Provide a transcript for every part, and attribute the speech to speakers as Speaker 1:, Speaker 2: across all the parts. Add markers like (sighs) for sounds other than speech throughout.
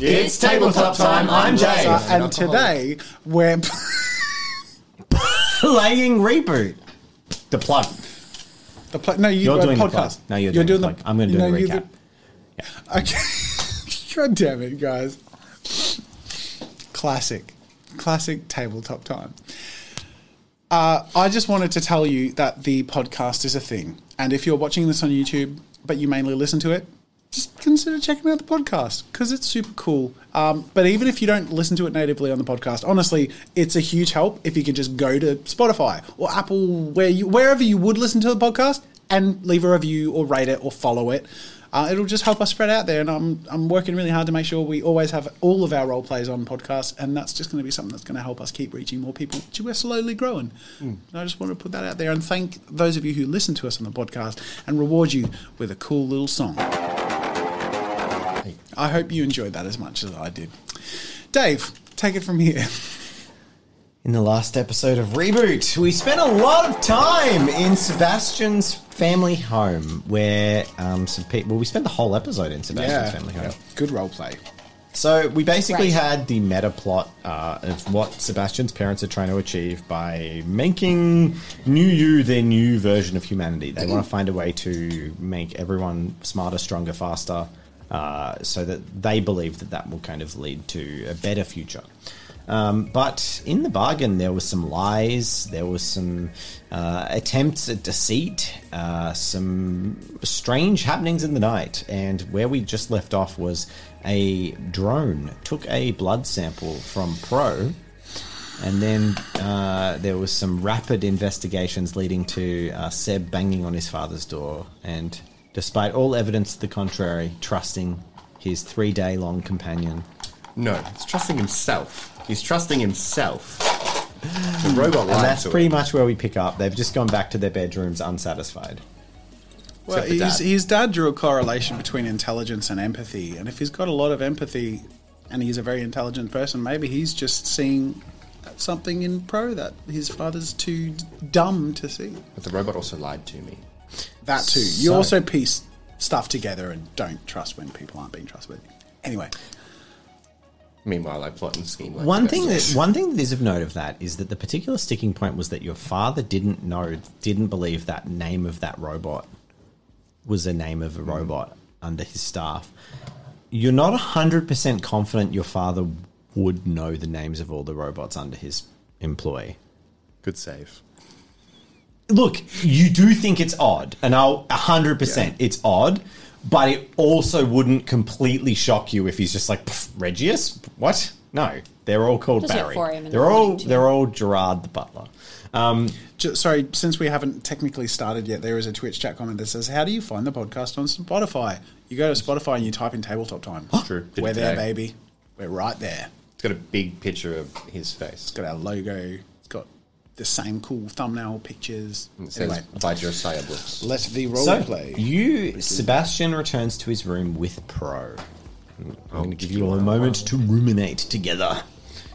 Speaker 1: It's tabletop time. I'm Jay.
Speaker 2: Uh, and today we're
Speaker 1: Playing Reboot. The plug.
Speaker 2: the pla- no you
Speaker 1: You're
Speaker 2: uh,
Speaker 1: doing the plug.
Speaker 2: podcast.
Speaker 1: No, you're, doing, the plug. I'm going to do
Speaker 2: no,
Speaker 1: a
Speaker 2: you're
Speaker 1: recap.
Speaker 2: (laughs) the- okay. God damn it, guys. Classic, classic tabletop time. Uh, I just wanted to tell you that the podcast is a thing, and if you're watching this on YouTube, but you mainly listen to it. Just consider checking out the podcast because it's super cool. Um, but even if you don't listen to it natively on the podcast, honestly, it's a huge help if you could just go to Spotify or Apple, where you wherever you would listen to the podcast, and leave a review or rate it or follow it. Uh, it'll just help us spread out there, and I'm I'm working really hard to make sure we always have all of our role plays on podcasts, and that's just going to be something that's going to help us keep reaching more people. which We're slowly growing. And I just want to put that out there and thank those of you who listen to us on the podcast and reward you with a cool little song. I hope you enjoyed that as much as I did. Dave, take it from here.
Speaker 1: In the last episode of Reboot, we spent a lot of time in Sebastian's family home, where um, some people. Well, we spent the whole episode in Sebastian's family home.
Speaker 2: Good role play.
Speaker 1: So we basically
Speaker 3: Right.
Speaker 1: had the meta plot uh, of what Sebastian's parents are trying to achieve by making New You their new version of humanity. They want to find a way to make everyone smarter, stronger, faster, uh, so that they believe that that will kind of lead to a better future. Um, but in the bargain, there was some lies, there was some uh, attempts at deceit, uh, some strange happenings in the night. And where we just left off was a drone took a blood sample from Pro, and then uh, there was some rapid investigations leading to uh, Seb banging on his father's door, and despite all evidence to the contrary, trusting his three-day-long companion.
Speaker 4: No, he's trusting himself. He's trusting himself. The robot lied
Speaker 1: And that's
Speaker 4: to
Speaker 1: pretty
Speaker 4: him.
Speaker 1: much where we pick up. They've just gone back to their bedrooms unsatisfied.
Speaker 2: Well,
Speaker 4: Except for
Speaker 2: his,
Speaker 4: dad.
Speaker 2: his dad drew a correlation between intelligence and empathy, and if he's got a lot of empathy and he's a very intelligent person, maybe he's just seeing something in Pro that his father's too dumb to see.
Speaker 4: But the robot also lied to me.
Speaker 2: That too. You
Speaker 1: So-
Speaker 2: also piece stuff together and don't trust when people aren't being trustworthy. Anyway,
Speaker 4: Meanwhile, I plot and scheme. Like
Speaker 1: One
Speaker 4: the
Speaker 1: thing
Speaker 4: best.
Speaker 1: that one thing that is of note of that is that the particular sticking point was that your father didn't know, didn't believe that name of that robot was the name of a robot under his staff. You're not hundred percent confident your father would know the names of all the robots under his employ.
Speaker 4: Good save.
Speaker 1: Look, you do think it's odd, and I'll hundred percent it's odd, but it also wouldn't completely shock you if he's just like "Pff, Regius. What? No, they're all called
Speaker 3: Just at
Speaker 1: Barry.
Speaker 3: 4 a.m. in the
Speaker 1: They're all
Speaker 3: morning, too.
Speaker 1: they're all Gerard the butler.
Speaker 2: Ju- sorry, since we haven't technically started yet, there is a Twitch chat comment that says, "How do you find the podcast on Spotify? You go to Spotify and you type in Tabletop Time.
Speaker 4: True.
Speaker 2: (gasps) We're
Speaker 4: Didn't
Speaker 2: there,
Speaker 4: know.
Speaker 2: baby. We're right there.
Speaker 4: It's got a big picture of his face.
Speaker 2: It's got our logo. It's got the same cool thumbnail pictures.
Speaker 4: It says
Speaker 2: Anyway,
Speaker 4: by Josiah Brooks.
Speaker 2: let the role
Speaker 1: So
Speaker 2: play.
Speaker 1: you, Sebastian, returns to his room with Pro. I'm going to give you all a moment to ruminate together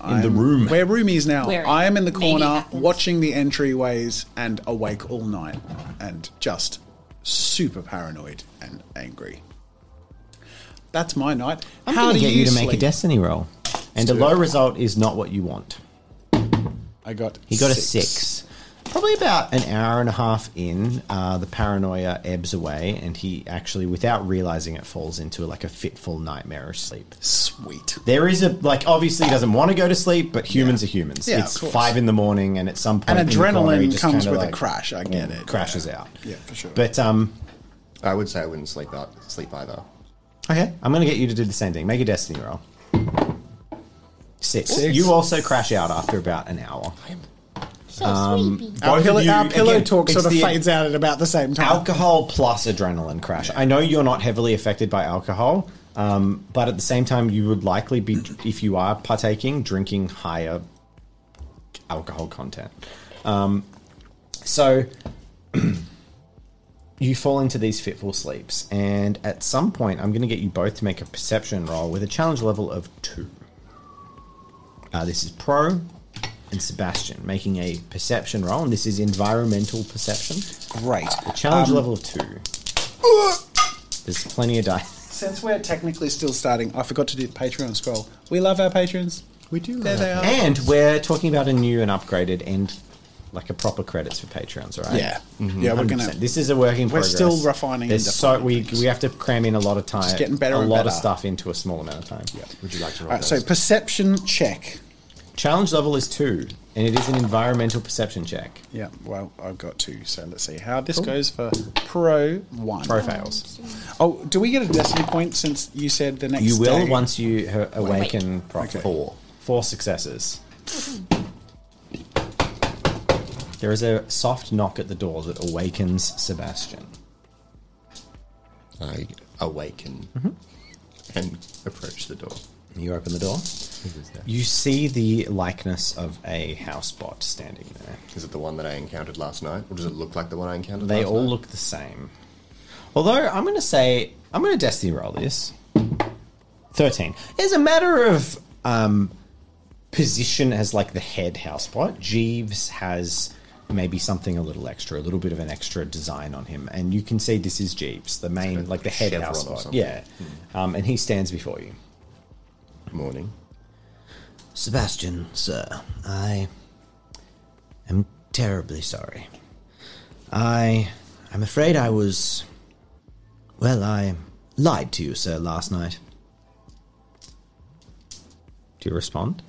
Speaker 1: in the room.
Speaker 2: Where roomies now.
Speaker 3: Where
Speaker 2: I am in the
Speaker 3: maybe
Speaker 2: corner
Speaker 3: happens.
Speaker 2: watching the entryways and awake all night and just super paranoid and angry. That's my night.
Speaker 1: I'm
Speaker 2: How
Speaker 1: going
Speaker 2: do
Speaker 1: to get you, to make
Speaker 2: sleep?
Speaker 1: a destiny roll, and a
Speaker 2: do
Speaker 1: low
Speaker 2: it.
Speaker 1: result is not what you want.
Speaker 2: I got.
Speaker 1: He got a six. Probably about an hour and a half in, uh, the paranoia ebbs away, and he actually, without realizing it, falls into like a fitful, nightmarish sleep.
Speaker 2: Sweet.
Speaker 1: There is a like, obviously, he doesn't want to go to sleep, but humans are humans.
Speaker 2: Yeah, of
Speaker 1: it's
Speaker 2: course.
Speaker 1: five in the morning, and at some point,
Speaker 2: And
Speaker 1: in the corner, he
Speaker 2: adrenaline
Speaker 1: just
Speaker 2: comes
Speaker 1: kinda,
Speaker 2: with
Speaker 1: like, mm,
Speaker 2: a crash. I get it.
Speaker 1: Crashes out.
Speaker 2: Yeah, for sure.
Speaker 1: But um,
Speaker 4: I would say I wouldn't sleep out, sleep either.
Speaker 1: okay, I'm gonna get you to do the same thing. Make a destiny roll. Six.
Speaker 2: Six.
Speaker 1: You also crash out after about an hour.
Speaker 3: So
Speaker 4: Um,
Speaker 3: sleepy.
Speaker 2: Our
Speaker 1: Both
Speaker 2: pillow,
Speaker 1: of you-
Speaker 2: our pillow
Speaker 1: again,
Speaker 2: talk
Speaker 1: it's
Speaker 2: sort of
Speaker 1: the-
Speaker 2: fades out at about the same time.
Speaker 1: alcohol plus adrenaline crash. I know you're not heavily affected by alcohol, um, but at the same time, you would likely be, if you are partaking, drinking higher alcohol content. Um, so (clears throat) you fall into these fitful sleeps, and at some point, I'm going to get you both to make a perception roll with a challenge level of two. Uh, this is Pro and Sebastian making a perception roll, and this is environmental perception.
Speaker 2: Great.
Speaker 1: Um, Challenge level two. There's plenty of dice.
Speaker 2: Since we're technically still starting, I forgot to do the Patreon scroll. We love our patrons.
Speaker 1: We do.
Speaker 2: There they are.
Speaker 1: And we're talking about a new and upgraded and like a proper credits for Patreons, all right?
Speaker 2: Yeah. Yeah, we're going
Speaker 1: 100%.
Speaker 2: to.
Speaker 1: Mm-hmm. This is a working
Speaker 2: We're
Speaker 1: progress.
Speaker 2: still refining
Speaker 1: There's
Speaker 2: and
Speaker 1: so
Speaker 2: defining
Speaker 1: we,
Speaker 2: things.
Speaker 1: we have to cram in a lot of time.
Speaker 2: It's getting better
Speaker 1: A
Speaker 2: and
Speaker 1: lot of
Speaker 2: better.
Speaker 1: stuff into a small amount of time.
Speaker 4: Would you like to roll
Speaker 2: All right, so
Speaker 4: those?
Speaker 2: perception check.
Speaker 1: Challenge level is two, and it is an environmental perception check.
Speaker 2: Yeah, well, I've got two, so let's see how this goes for pro one.
Speaker 1: Pro fails.
Speaker 2: Oh, do we get a destiny point since you said the next
Speaker 1: You will
Speaker 2: day?
Speaker 1: once you ha- awaken pro-
Speaker 2: Okay.
Speaker 1: four. Four successes. There is a soft knock at the door that awakens Sebastian.
Speaker 4: I awaken
Speaker 1: Mm-hmm.
Speaker 4: and approach the door.
Speaker 1: You open the door. You see the likeness of a housebot standing there.
Speaker 4: Is it the one that I encountered last night, or does it look like the one I encountered?
Speaker 1: They
Speaker 4: last
Speaker 1: all
Speaker 4: night?
Speaker 1: look the same. Although I'm going to say I'm going to destiny roll this. Thirteen. As a matter of um, position as like the head housebot, Jeeves has maybe something a little extra, a little bit of an extra design on him, and you can see this is Jeeves, the main
Speaker 4: got
Speaker 1: like the head
Speaker 4: chevron or
Speaker 1: housebot.
Speaker 4: something. Hmm.
Speaker 1: Yeah, um, and he stands before you.
Speaker 4: morning.
Speaker 1: Sebastian, sir, I am terribly sorry. I am afraid I was. Well, I lied to you, sir, last night. Do you respond?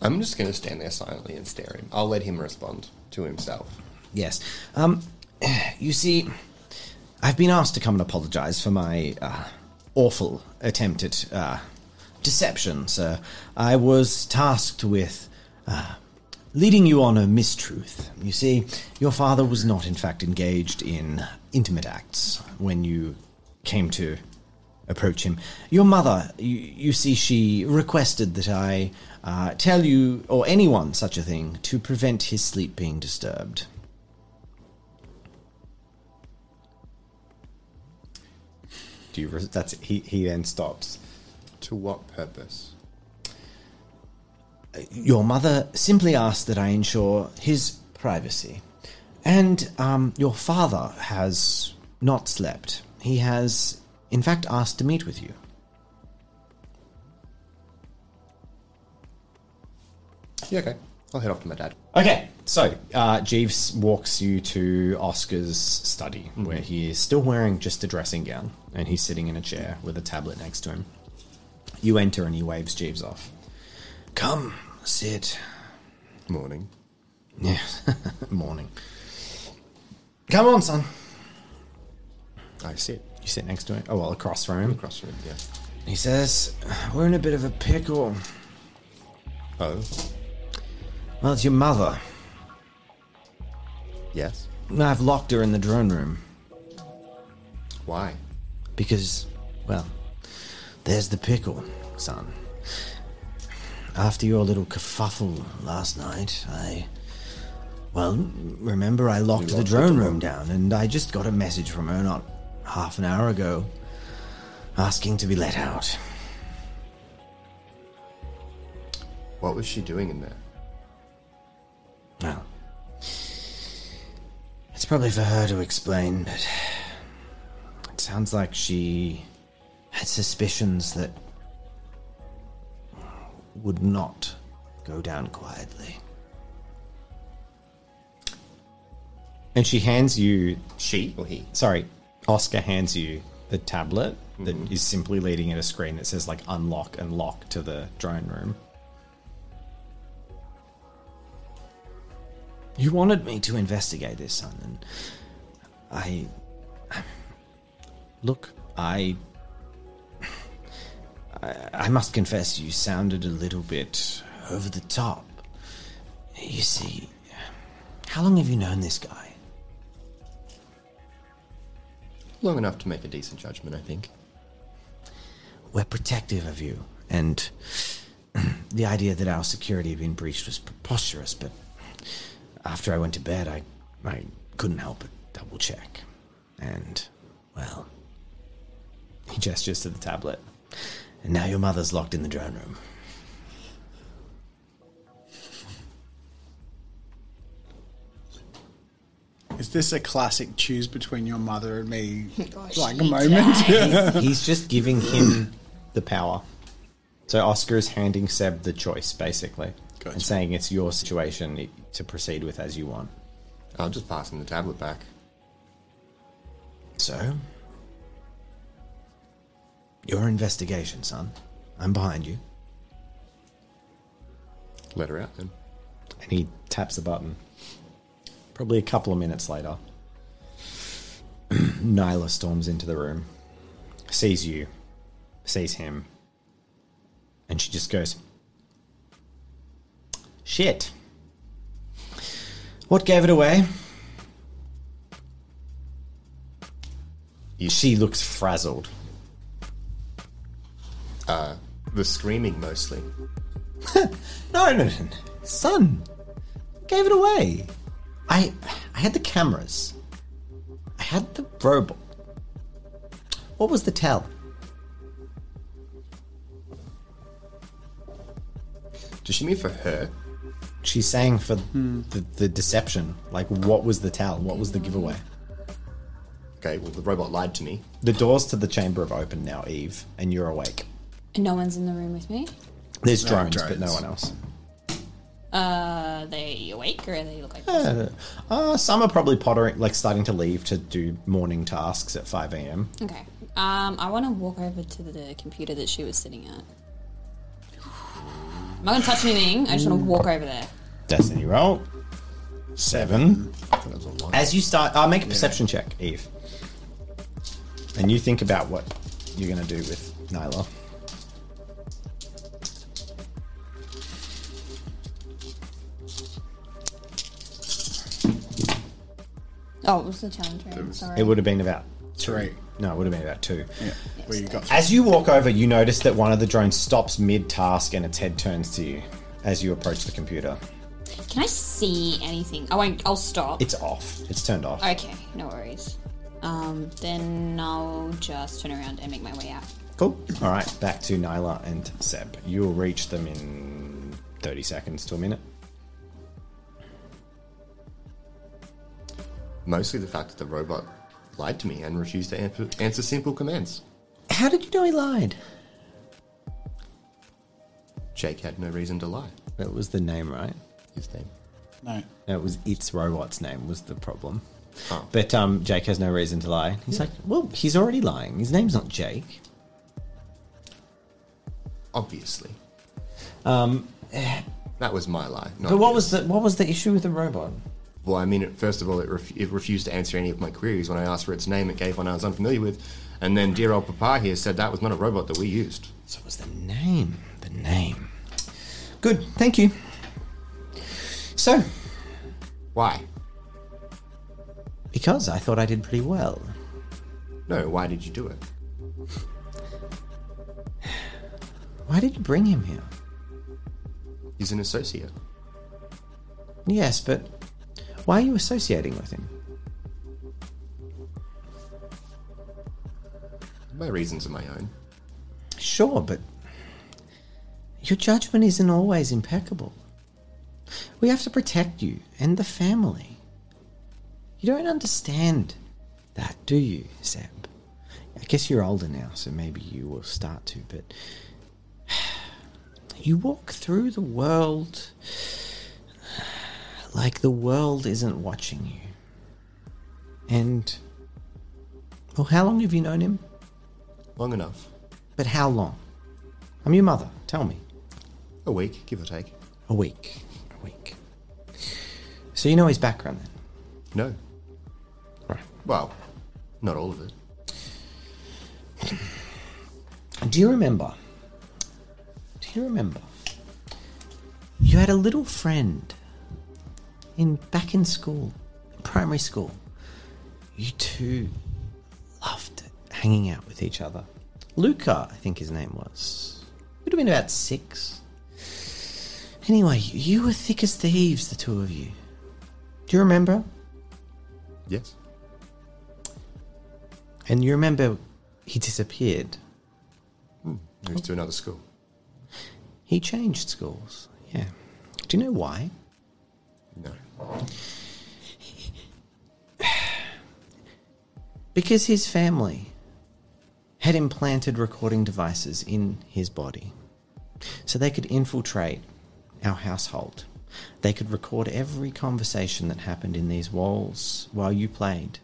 Speaker 4: I'm just going to stand there silently and stare at him. I'll let him respond to himself.
Speaker 1: Yes. Um, (sighs) you see, I've been asked to come and apologize for my uh, awful attempt at uh, deception, sir. I was tasked with uh, leading you on a mistruth. You see, your father was not, in fact, engaged in intimate acts when you came to approach him. Your mother, you, you see, she requested that I uh, tell you, or anyone such a thing, to prevent his sleep being disturbed. Do you? Res- that's he. He then stops.
Speaker 4: To what purpose?
Speaker 1: Your mother simply asked that I ensure his privacy, and um, your father has not slept. He has, in fact, asked to meet with you.
Speaker 4: Yeah, okay. I'll head off to my dad.
Speaker 1: Okay, so uh, Jeeves walks you to Oscar's study, where he is still wearing just a dressing gown, and he's sitting in a chair with a tablet next to him. You enter, and he waves Jeeves off. Come, sit.
Speaker 4: Morning.
Speaker 1: Yes, (laughs) morning. Come on, son.
Speaker 4: I sit
Speaker 1: You sit next to him. Oh well, across from him.
Speaker 4: across from him. Yeah.
Speaker 1: He says, "We're in a bit of a pickle."
Speaker 4: Oh,
Speaker 1: Well, it's your mother.
Speaker 4: yes.
Speaker 1: I've locked her in the drone room.
Speaker 4: Why?
Speaker 1: Because, well, there's the pickle, son. After your little kerfuffle last night, I. Well, remember I locked the drone room down, and I just got a message from her not half an hour ago asking to be let out.
Speaker 4: What was she doing in there?
Speaker 1: Well, it's probably for her to explain, but it sounds like she had suspicions that would not go down quietly. And she hands you.
Speaker 4: She or he?
Speaker 1: Sorry, Oscar hands you the tablet that is simply leading at a screen that says, like, unlock and lock to the drone room. You wanted me to investigate this, son, and I. (sighs) Look, I. (sighs) I, I must confess, you sounded a little bit over the top. You see, how long have you known this guy?
Speaker 4: Long enough to make a decent judgment, I think.
Speaker 1: We're protective of you, and (clears throat) the idea that our security had been breached was preposterous, but after I went to bed, I, I couldn't help but double check. And, well. He gestures to the tablet. And now your mother's locked in the drone room.
Speaker 2: Is this a classic choose between your mother and me
Speaker 3: Gosh,
Speaker 2: like
Speaker 3: you
Speaker 2: moment?
Speaker 1: He's just giving him the power. So Oscar is handing Seb the choice, basically,
Speaker 2: Gotcha.
Speaker 1: and saying it's your situation to proceed with as you want.
Speaker 4: I'm just passing the tablet back.
Speaker 1: So, your investigation, son. I'm behind you.
Speaker 4: Let her out then.
Speaker 1: And he taps the button. Probably a couple of minutes later, (clears throat) Nyla storms into the room, sees you, sees him, and she just goes, Shit. What gave it away? She looks frazzled.
Speaker 4: The screaming mostly.
Speaker 1: No, no, no, no. son, gave it away. I, I had the cameras. I had the robot. What was the tell?
Speaker 4: Does she mean for her?
Speaker 1: She's saying for the, the deception. Like, what was the tell? What was the giveaway?
Speaker 4: Okay, well, the robot lied to me.
Speaker 1: The doors to the chamber have opened now, Eve, and you're awake.
Speaker 5: And no one's in the room with me.
Speaker 1: There's drones, but no
Speaker 2: drones.
Speaker 1: one else.
Speaker 5: Are they awake or are they look like?
Speaker 1: Uh, uh, some are probably pottering, like starting to leave to do morning tasks at 5 a.m.
Speaker 5: Okay. Um, I want to walk over to the computer that she was sitting at. I'm not gonna touch anything. I just want to walk over there.
Speaker 1: Destiny roll. Seven.
Speaker 4: I thought it was a lie.
Speaker 1: As you start, uh, make a perception check, Eve. And you think about what you're going to do with Nyla.
Speaker 5: Oh, it was the challenge room. Sorry.
Speaker 1: It would have been about two.
Speaker 2: (laughs) Three.
Speaker 1: No, it would have been about two.
Speaker 2: Yeah, where you got
Speaker 1: As you walk over, you notice that one of the drones stops mid task and its head turns to you as you approach the computer.
Speaker 5: Can I see anything? I won't. I'll stop.
Speaker 1: It's off, it's turned off.
Speaker 5: Okay. No worries. Um, then I'll just turn around and make my way out.
Speaker 1: Cool. All right, back to Nyla and Seb. You'll reach them in 30 seconds to a minute.
Speaker 4: Mostly the fact that the robot lied to me and refused to answer, answer simple commands.
Speaker 1: How did you know he lied?
Speaker 4: Jake had no reason to lie.
Speaker 1: That was the name, right?
Speaker 4: His name.
Speaker 2: no.
Speaker 1: No, it was its robot's name was the problem.
Speaker 4: Oh.
Speaker 1: But um, Jake has no reason to lie. He's like, well, he's already lying. His name's not Jake.
Speaker 4: Obviously. Um. That was my lie. Not
Speaker 1: But what was
Speaker 4: his.
Speaker 1: the what was the issue with the robot?
Speaker 4: Well, I mean, it- first of all, it, ref- it refused to answer any of my queries. When I asked for its name, it gave one I was unfamiliar with. And then dear old Papa here said that was not a robot that we used.
Speaker 1: So it was the name. The name. Good. Thank you. So,
Speaker 4: Why?
Speaker 1: because I thought I did pretty well.
Speaker 4: No, why did you do it?
Speaker 1: Why did you bring him here?
Speaker 4: He's an associate.
Speaker 1: Yes, but why are you associating with him?
Speaker 4: My reasons are my own.
Speaker 1: Sure, but your judgment isn't always impeccable. We have to protect you and the family. You don't understand that, do you, Seb? I guess you're older now, so maybe you will start to, but (sighs) you walk through the world like the world isn't watching you. And, well, how long have you known him?
Speaker 4: Long enough.
Speaker 1: But how long? I'm your mother. Tell me.
Speaker 4: A week, give or take.
Speaker 1: A week. A week. So you know his background then?
Speaker 4: No.
Speaker 1: Right.
Speaker 4: Well, not all of it.
Speaker 1: Do you remember? Do you remember? You had a little friend in back in school, primary school. You two loved hanging out with each other. Luca, I think his name was. Would have been about six. Anyway, you were thick as thieves, the two of you. Do you remember?
Speaker 4: Yes.
Speaker 1: And you remember he disappeared.
Speaker 4: Moved to another school.
Speaker 1: He changed schools. Yeah. Do you know why?
Speaker 4: No.
Speaker 1: Because his family had implanted recording devices in his body. So they could infiltrate our household. They could record every conversation that happened in these walls while you played,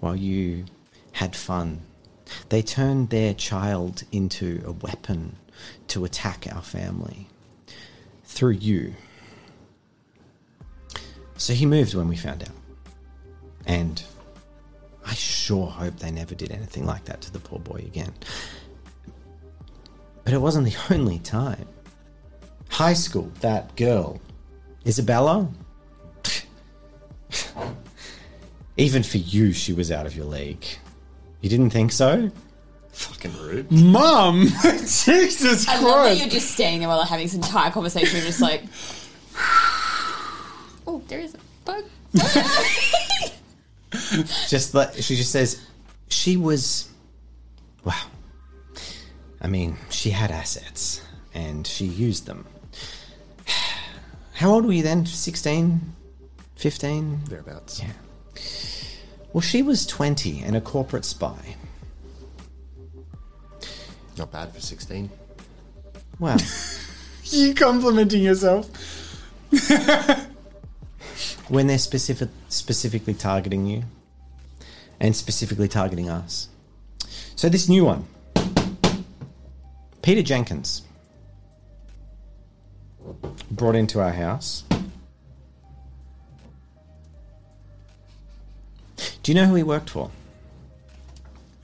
Speaker 1: while you had fun. They turned their child into a weapon to attack our family through you. So he moved when we found out. And I sure hope they never did anything like that to the poor boy again. But it wasn't the only time. High school, that girl, Isabella. (laughs) Even for you, she was out of your league. You didn't think so?
Speaker 4: Fucking rude.
Speaker 2: Mum, (laughs) Jesus
Speaker 5: I love that you're
Speaker 2: Christ.
Speaker 5: just standing there while they're having this entire conversation. You're
Speaker 1: (laughs)
Speaker 5: just like, oh, there is a bug.
Speaker 1: Just like she just says, she was. Wow. I mean, she had assets and she used them. (sighs) How old were you then? 16? 15?
Speaker 4: Thereabouts.
Speaker 1: Yeah. Well, she was 20 and a corporate spy.
Speaker 4: Not bad for 16.
Speaker 1: Wow.
Speaker 2: You complimenting yourself.
Speaker 1: when they're specific, specifically targeting you and specifically targeting us. So, this new one Peter Jenkins brought into our house. Do you know who he worked for?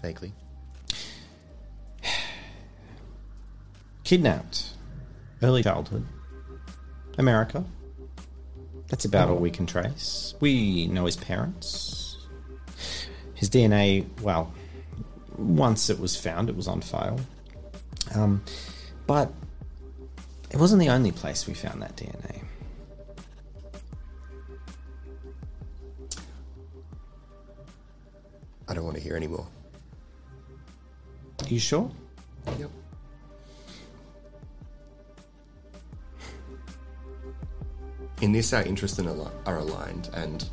Speaker 4: Vaguely.
Speaker 1: Kidnapped. Early childhood. America. That's about all we can trace. We know his parents. His DNA, well, once it was found, it was on file. Um, but it wasn't the only place we found that DNA.
Speaker 4: I don't want to hear anymore.
Speaker 1: Are you sure?
Speaker 4: Yep. In this, our interests and al- are aligned, and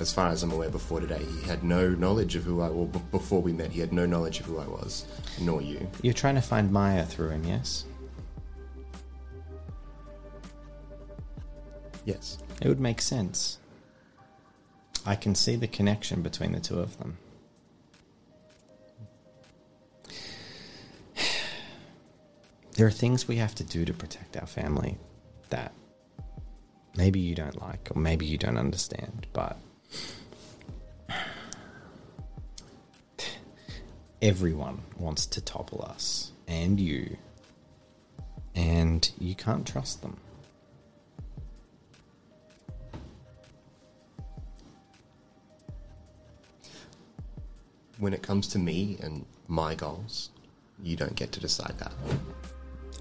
Speaker 4: as far as I'm aware, before today, he had no knowledge of who I was. Before we met, he had no knowledge of who I was, nor you.
Speaker 1: You're trying to find Maya through him, yes?
Speaker 4: Yes.
Speaker 1: It would make sense. I can see the connection between the two of them. (sighs) There are things we have to do to protect our family that maybe you don't like or maybe you don't understand, but (sighs) everyone wants to topple us and you, and you can't trust them.
Speaker 4: When it comes to me and my goals, you don't get to decide that.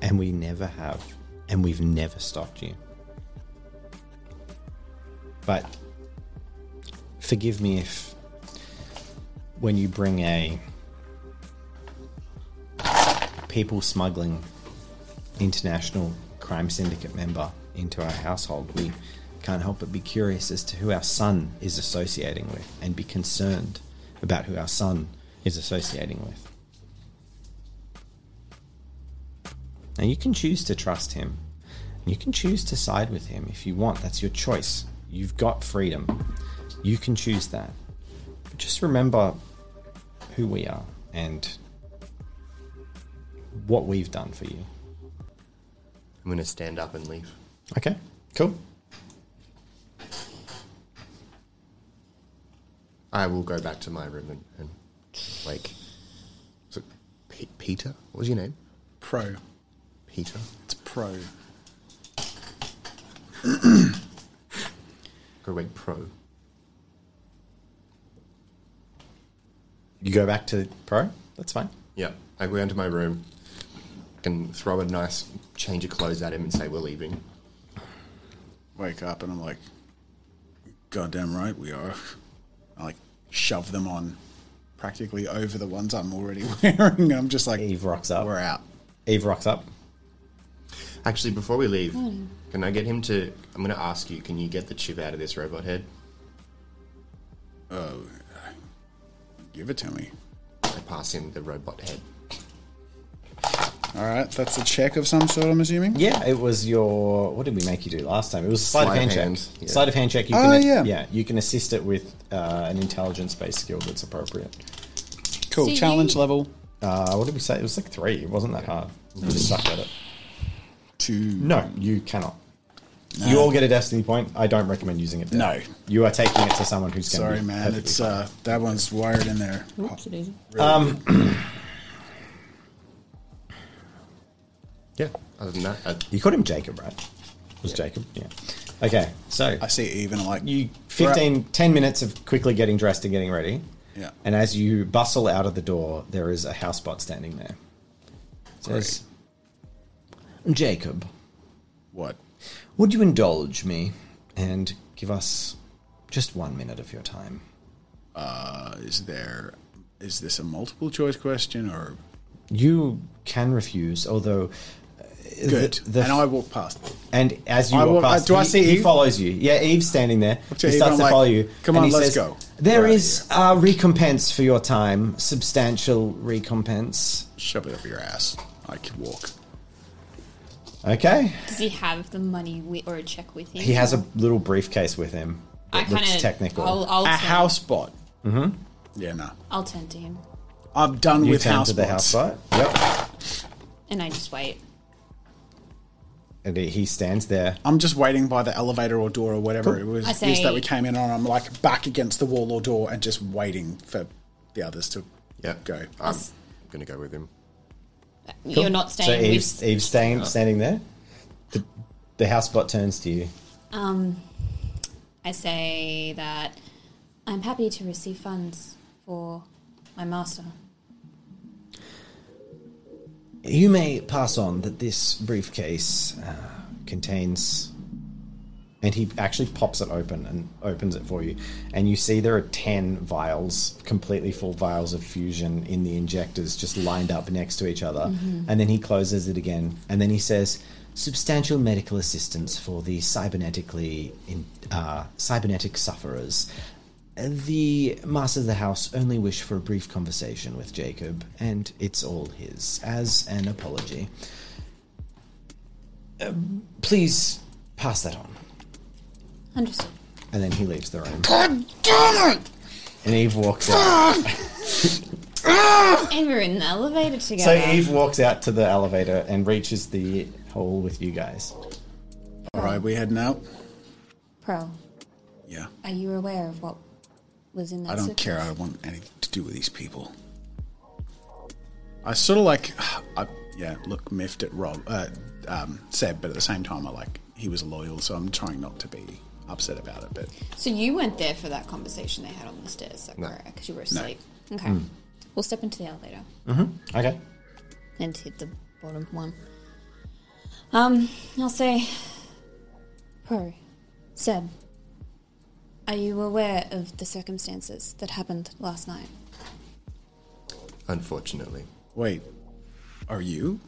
Speaker 1: And we never have. And we've never stopped you. But forgive me if when you bring a people smuggling international crime syndicate member into our household, we can't help but be curious as to who our son is associating with and be concerned about who our son is associating with. Now you can choose to trust him. And you can choose to side with him if you want. That's your choice. You've got freedom. You can choose that. But just remember who we are and what we've done for you.
Speaker 4: I'm going to stand up and leave.
Speaker 1: Okay? Cool.
Speaker 4: I will go back to my room and, and like. So, Pe- Peter? What was your name?
Speaker 2: Pro.
Speaker 4: Peter?
Speaker 2: It's pro.
Speaker 4: Go wait, pro.
Speaker 1: You go back to pro? That's fine.
Speaker 4: Yeah, I go into my room and throw a nice change of clothes at him and say we're leaving.
Speaker 2: Wake up and I'm like, goddamn right we are. I like shove them on practically over the ones I'm already (laughs) wearing. I'm just like,
Speaker 1: Eve rocks up.
Speaker 2: we're out.
Speaker 1: Eve rocks up.
Speaker 4: Actually, before we leave, can I get him to? I'm going to ask you. Can you get the chip out of this robot head?
Speaker 2: Give it to me.
Speaker 4: I pass him the robot head.
Speaker 2: All right, that's a check of some sort. I'm assuming.
Speaker 1: Yeah, it was your. What did we make you do last time? It was sleight,
Speaker 4: Sleight
Speaker 1: of hand,
Speaker 4: of hand,
Speaker 1: check.
Speaker 4: yeah.
Speaker 1: Sleight of hand check. You
Speaker 2: Oh,
Speaker 1: can,
Speaker 2: yeah.
Speaker 1: you can assist it with uh, an intelligence based skill that's appropriate.
Speaker 2: Cool.
Speaker 5: See
Speaker 2: Challenge
Speaker 5: you.
Speaker 2: level
Speaker 1: Uh, what did we say? It was like three. It wasn't that hard. You just sucked at it.
Speaker 2: two.
Speaker 1: No, you cannot. You all get a destiny point. I don't recommend using it. There.
Speaker 2: No.
Speaker 1: you are taking it to someone who's going.
Speaker 2: Sorry,
Speaker 1: be
Speaker 2: man.
Speaker 1: perfectly
Speaker 2: It's
Speaker 1: fine.
Speaker 2: uh, that one's wired in there.
Speaker 5: Oops, it is.
Speaker 4: Yeah. Other than that, I,
Speaker 1: you called him Jacob, right? It was Jacob? Yeah. Okay, so
Speaker 2: I see it even I'm like
Speaker 1: you 15, 10 minutes of quickly getting dressed and getting ready.
Speaker 2: Yeah.
Speaker 1: And as you bustle out of the door, there is a housebot standing there. It Says, Jacob,
Speaker 2: What?
Speaker 1: would you indulge me and give us just one minute of your time?
Speaker 2: Uh, is there? Is this a multiple choice question or
Speaker 1: You can refuse, although. uh, the-
Speaker 2: good?
Speaker 1: the
Speaker 2: and I walk past.
Speaker 1: And as you
Speaker 2: I
Speaker 1: walk
Speaker 2: will- uh,
Speaker 1: past,
Speaker 2: do I
Speaker 1: he-
Speaker 2: see
Speaker 1: he,
Speaker 2: Eve?
Speaker 1: follows you. Yeah, Eve's standing there.
Speaker 2: to
Speaker 1: he
Speaker 2: Eve,
Speaker 1: starts
Speaker 2: I'm
Speaker 1: to
Speaker 2: like,
Speaker 1: follow you.
Speaker 2: "Come
Speaker 1: and
Speaker 2: on,
Speaker 1: he
Speaker 2: let's
Speaker 1: says,
Speaker 2: go."
Speaker 1: There
Speaker 2: We're
Speaker 1: is uh, recompense for your time, substantial recompense.
Speaker 2: Shove it up your ass. I can walk.
Speaker 1: Okay.
Speaker 5: Does he have the money wi- or a check with him?
Speaker 1: He has a little briefcase with him.
Speaker 5: I
Speaker 1: It looks
Speaker 5: kinda-
Speaker 1: technical. Uh,
Speaker 5: I'll, I'll,
Speaker 2: A
Speaker 5: turn,
Speaker 2: house bot. Mm-hmm. Yeah, no.
Speaker 5: I'll turn to him,
Speaker 2: I'm done
Speaker 1: you
Speaker 2: with
Speaker 1: turn
Speaker 2: house
Speaker 1: to the house site.
Speaker 2: bots.
Speaker 1: Yep.
Speaker 5: and I just wait.
Speaker 1: And he- he stands there.
Speaker 2: I'm just waiting by the elevator or door or whatever it was
Speaker 5: I
Speaker 2: is
Speaker 5: say-
Speaker 2: that we came in on. I'm like back against the wall or door and just waiting for the others to
Speaker 4: yeah,
Speaker 2: go.
Speaker 4: I'm
Speaker 5: s-
Speaker 4: gonna go with him.
Speaker 5: You're not
Speaker 1: So
Speaker 5: staying
Speaker 1: Eve's,
Speaker 5: with. Oh.
Speaker 1: Eve's staying, standing there. The, the housebot turns to you.
Speaker 5: Um, I say that I'm happy to receive funds for my master.
Speaker 1: You may pass on that this briefcase uh, contains. And he actually pops it open and opens it for you. And you see there are 10 vials, completely full vials of fusion in the injectors, just lined up next to each other. And then he closes it again. And then he says, Substantial medical assistance for the cybernetically in, uh, cybernetic sufferers. The master of the house only wished for a brief conversation with Jacob, and it's all his, as an apology. Um, please pass that on.
Speaker 5: Understood.
Speaker 1: And then he leaves the room.
Speaker 2: God damn it!
Speaker 1: And Eve walks out.
Speaker 5: And we're in the elevator
Speaker 1: So
Speaker 5: together.
Speaker 1: Eve walks out to the elevator and reaches the hall with you guys.
Speaker 2: All right, we heading out.
Speaker 5: Pro,
Speaker 2: Yeah,
Speaker 5: are you aware of what was in that?
Speaker 2: I don't
Speaker 5: suitcase?
Speaker 2: care. I don't want anything to do with these people. I sort of like, (sighs) I yeah, look miffed at Rob, uh, um, Seb, but at the same time, I like he was loyal, so I'm trying not to be upset about it. But
Speaker 5: So you weren't there for that conversation they had on the stairs, is that correct? Because you were asleep. Okay. We'll step into the elevator
Speaker 1: Okay.
Speaker 5: and hit the bottom one. Um, I'll say, Pro, Seb, are you aware of the circumstances that happened last night?
Speaker 4: Unfortunately,
Speaker 2: wait, are you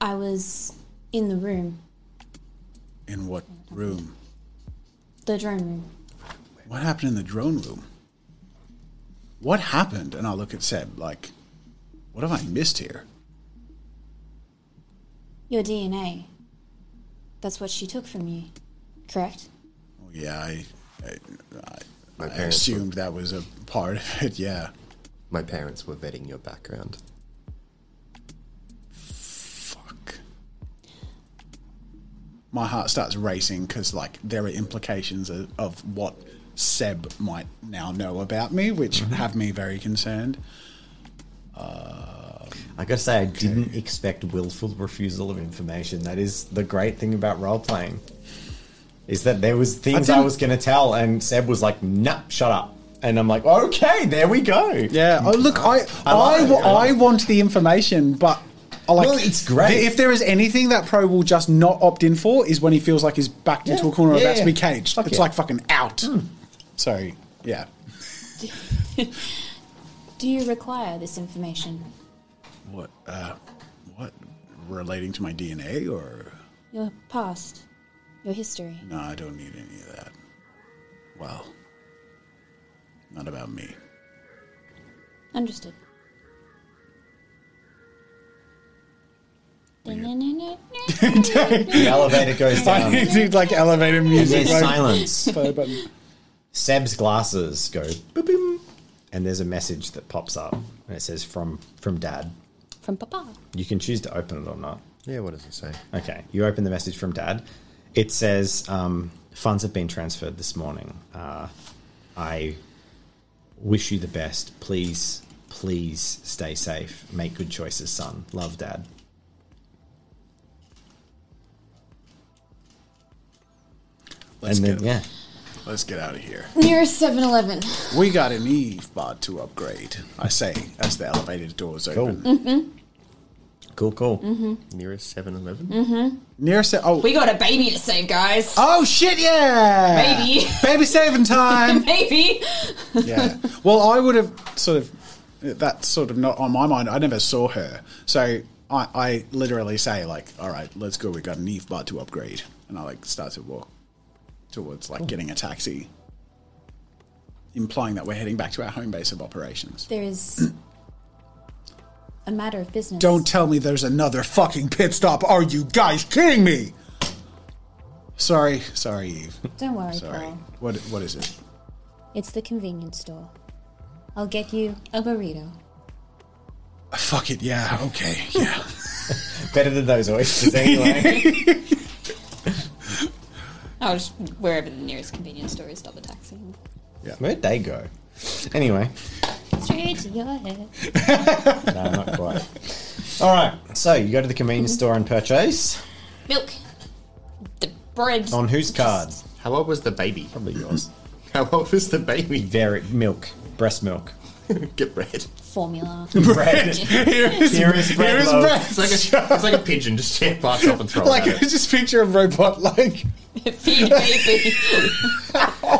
Speaker 5: I was in the room,
Speaker 2: in what room?
Speaker 5: the drone room.
Speaker 2: What happened in the drone room? What happened? And I look at Seb like, what have I missed here?
Speaker 5: Your DNA. That's what she took from you, correct?
Speaker 2: Oh, yeah, I, I, I,
Speaker 4: My
Speaker 2: I
Speaker 4: parents
Speaker 2: assumed that was a part of it. Yeah,
Speaker 4: my parents were vetting your background.
Speaker 2: fuck. My heart starts racing because like there are implications of, of what Seb might now know about me, which
Speaker 4: Mm-hmm.
Speaker 2: have me very concerned.
Speaker 1: I gotta say, I didn't expect willful refusal of information. That is the great thing about role playing, is that there was things I,
Speaker 2: didn't-
Speaker 1: was gonna tell, and Seb was like, "Nah, shut up," and I'm like, "Okay, there we go."
Speaker 2: Yeah. Oh, look, I I,
Speaker 1: like
Speaker 2: wa-
Speaker 1: it.
Speaker 2: I want the information, but I like
Speaker 1: Well, it's great.
Speaker 2: If there is anything that Pro will just not opt in for is when he feels like he's backed into
Speaker 1: Yeah.
Speaker 2: a corner
Speaker 1: Yeah,
Speaker 2: about to be
Speaker 1: yeah.
Speaker 2: caged.
Speaker 1: Fuck
Speaker 2: it's
Speaker 1: yeah. Hmm.
Speaker 2: like fucking out. So yeah,
Speaker 5: Do you require this information?
Speaker 2: what uh, what relating to my DNA or
Speaker 5: Your past, your history.
Speaker 2: no? I don't need any of that. Well, not about me.
Speaker 5: Understood.
Speaker 1: The elevator (laughs) goes
Speaker 2: I
Speaker 1: down.
Speaker 2: need to, Um, (laughs) like elevator
Speaker 1: and
Speaker 2: music.
Speaker 1: there's
Speaker 2: Like,
Speaker 1: (laughs) silence.
Speaker 2: play button.
Speaker 1: Seb's glasses go boop, boom, and there's a message that pops up, and it says from from Dad.
Speaker 5: From Papa.
Speaker 1: You can choose to open it or not.
Speaker 4: Yeah, what does it say?
Speaker 1: Okay, you open the message from Dad. It says um, funds have been transferred this morning. Uh, I wish you the best. Please, please stay safe. Make good choices, son. Love, Dad.
Speaker 2: Let's
Speaker 1: and then
Speaker 2: get,
Speaker 1: yeah,
Speaker 2: let's get out of here.
Speaker 5: Nearest 7 Eleven.
Speaker 2: We got an Eve bar to upgrade. I say as the elevator doors
Speaker 1: cool,
Speaker 2: open. (laughs)
Speaker 1: cool, cool.
Speaker 2: Mm-hmm.
Speaker 4: Nearest 7 Eleven?
Speaker 2: Nearest. Oh,
Speaker 6: We got a baby to save, guys.
Speaker 2: oh shit! Yeah,
Speaker 6: Baby.
Speaker 2: (laughs) baby saving
Speaker 6: (laughs)
Speaker 2: time.
Speaker 6: (laughs) Baby.
Speaker 2: yeah. Well, I would have sort of that's sort of not on my mind. I never saw her, so I, I literally say like, "All right, let's go. We got an Eve bar to upgrade," and I like start to walk towards like getting a taxi, implying that we're heading back to our home base of operations.
Speaker 5: There is a matter of business.
Speaker 2: Don't tell me there's another fucking pit stop. Are you guys kidding me? Sorry, sorry,
Speaker 1: (laughs)
Speaker 2: Eve.
Speaker 5: Don't worry,
Speaker 2: Sorry.
Speaker 5: Paul.
Speaker 2: What what is it?
Speaker 5: It's the convenience store. I'll get you a burrito.
Speaker 2: Fuck it. Yeah.
Speaker 1: (laughs)
Speaker 2: Okay. Yeah.
Speaker 1: Better than those
Speaker 2: (laughs)
Speaker 1: oysters anyway.
Speaker 6: I'll just wherever the nearest convenience store is, stop a taxi.
Speaker 1: Where'd they go? Anyway.
Speaker 5: Straight to your head.
Speaker 1: No, not quite. All right. So you go to the
Speaker 2: Mm-hmm.
Speaker 1: convenience store and purchase
Speaker 6: Milk. The bread.
Speaker 1: on whose card?
Speaker 4: How old was the baby?
Speaker 1: Probably yours.
Speaker 4: (laughs) How old was the baby? (laughs)
Speaker 1: Very milk, breast
Speaker 2: (laughs)
Speaker 1: milk.
Speaker 4: Get bread.
Speaker 5: Formula.
Speaker 1: Bread.
Speaker 2: Here is,
Speaker 1: Here is bread
Speaker 2: Here is
Speaker 1: loaf.
Speaker 2: bread.
Speaker 4: It's like a, it's like a pigeon, just yeah, barks off (laughs) and throws
Speaker 2: like
Speaker 4: it.
Speaker 2: I just picture a robot like
Speaker 6: (laughs) Feed baby.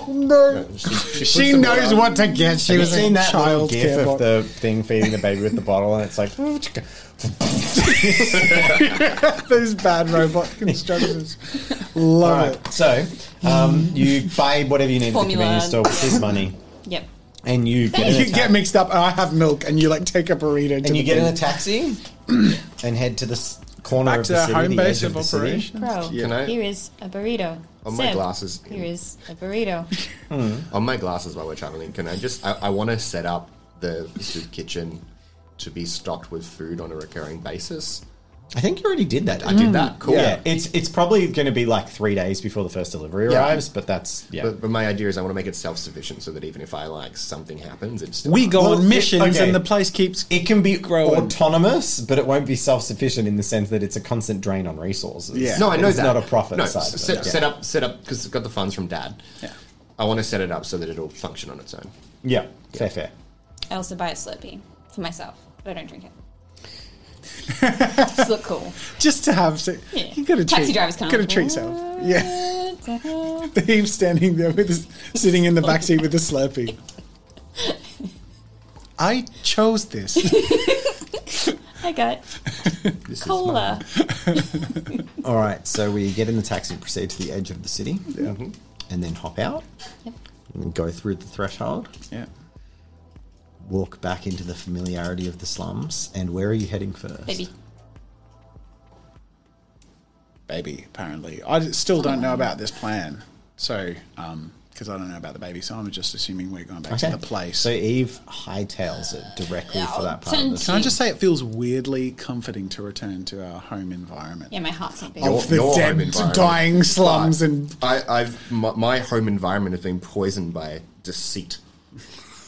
Speaker 2: no
Speaker 4: She,
Speaker 2: she knows what to get she
Speaker 1: Have you
Speaker 2: was
Speaker 1: seen
Speaker 2: in
Speaker 1: that little
Speaker 2: child
Speaker 1: gif
Speaker 2: care
Speaker 1: of
Speaker 2: box.
Speaker 1: the thing feeding the baby with the bottle, and it's like, "Oh,
Speaker 2: those
Speaker 1: (laughs)
Speaker 2: bad robot constructors love
Speaker 1: all right. So um, you buy whatever you need at the
Speaker 6: Formula.
Speaker 1: convenience store with this money,
Speaker 6: Yep.
Speaker 1: and you get
Speaker 2: it
Speaker 1: in a
Speaker 2: you
Speaker 1: ta-
Speaker 2: get mixed up and I have milk and you like take a burrito to
Speaker 1: and you
Speaker 2: the
Speaker 1: get in a
Speaker 2: bin.
Speaker 1: taxi (coughs) and head to the s- corner
Speaker 2: back
Speaker 1: of
Speaker 2: to
Speaker 1: the
Speaker 2: our
Speaker 1: city,
Speaker 2: home
Speaker 1: the edge
Speaker 2: base of
Speaker 1: the city.
Speaker 2: operations
Speaker 5: Bro,
Speaker 4: Can I-
Speaker 5: here is a burrito.
Speaker 4: On my
Speaker 5: Seb,
Speaker 4: glasses.
Speaker 5: Here is a burrito.
Speaker 4: On my glasses while we're traveling, can I just? I, I want to set up the soup kitchen to be stocked with food on a recurring basis.
Speaker 1: I think you already did that.
Speaker 4: I
Speaker 5: Mm.
Speaker 4: did that. Cool.
Speaker 1: Yeah, it's it's probably going to be like three days before the first delivery
Speaker 4: Yeah.
Speaker 1: arrives, but that's yeah.
Speaker 4: But, but my idea is I want to make it self-sufficient so that even if I like something happens, it's still
Speaker 2: we go
Speaker 1: Well,
Speaker 2: on missions
Speaker 1: okay.
Speaker 2: and the place keeps
Speaker 1: it can be
Speaker 2: Growing.
Speaker 1: autonomous, but it won't be self-sufficient in the sense that it's a constant drain on resources.
Speaker 2: Yeah.
Speaker 4: No, I know
Speaker 1: it's
Speaker 4: that.
Speaker 1: not a profit
Speaker 4: No,
Speaker 1: side.
Speaker 4: set,
Speaker 1: of it.
Speaker 4: set up, set up, because it's got the funds from dad.
Speaker 2: Yeah.
Speaker 4: I want to set it up so that it'll function on its own.
Speaker 1: yeah. yeah, fair, fair.
Speaker 6: I also buy a Slurpee for myself, but I don't drink it. just look cool.
Speaker 2: just to have se-
Speaker 6: Yeah.
Speaker 2: you gotta
Speaker 6: Taxi
Speaker 2: treat
Speaker 6: drivers can't.
Speaker 2: gotta treat yourself yeah he's standing there with his, sitting in the backseat with the slurpee I chose this
Speaker 6: I got
Speaker 4: (laughs) This
Speaker 6: cola.
Speaker 1: All right, so we get in the taxi, proceed to the edge of the city,
Speaker 2: Mm-hmm.
Speaker 1: and then hop out,
Speaker 6: Yep.
Speaker 1: and then go through the threshold,
Speaker 2: yeah
Speaker 1: walk back into the familiarity of the slums. And where are you heading first?
Speaker 6: Baby.
Speaker 2: baby, apparently. I d- still don't know about this plan. So, um 'cause because I don't know about the baby, so I'm just assuming we're going back
Speaker 1: Okay.
Speaker 2: to the place.
Speaker 1: So Eve hightails it directly for that part of the
Speaker 2: Can I just say it feels weirdly comforting to return to our home environment?
Speaker 6: Yeah, my heart's not big.
Speaker 4: Your-
Speaker 2: Of the
Speaker 4: home
Speaker 2: dead,
Speaker 4: environment.
Speaker 2: dying slums and
Speaker 4: I, I've my, my home environment has been poisoned by deceit.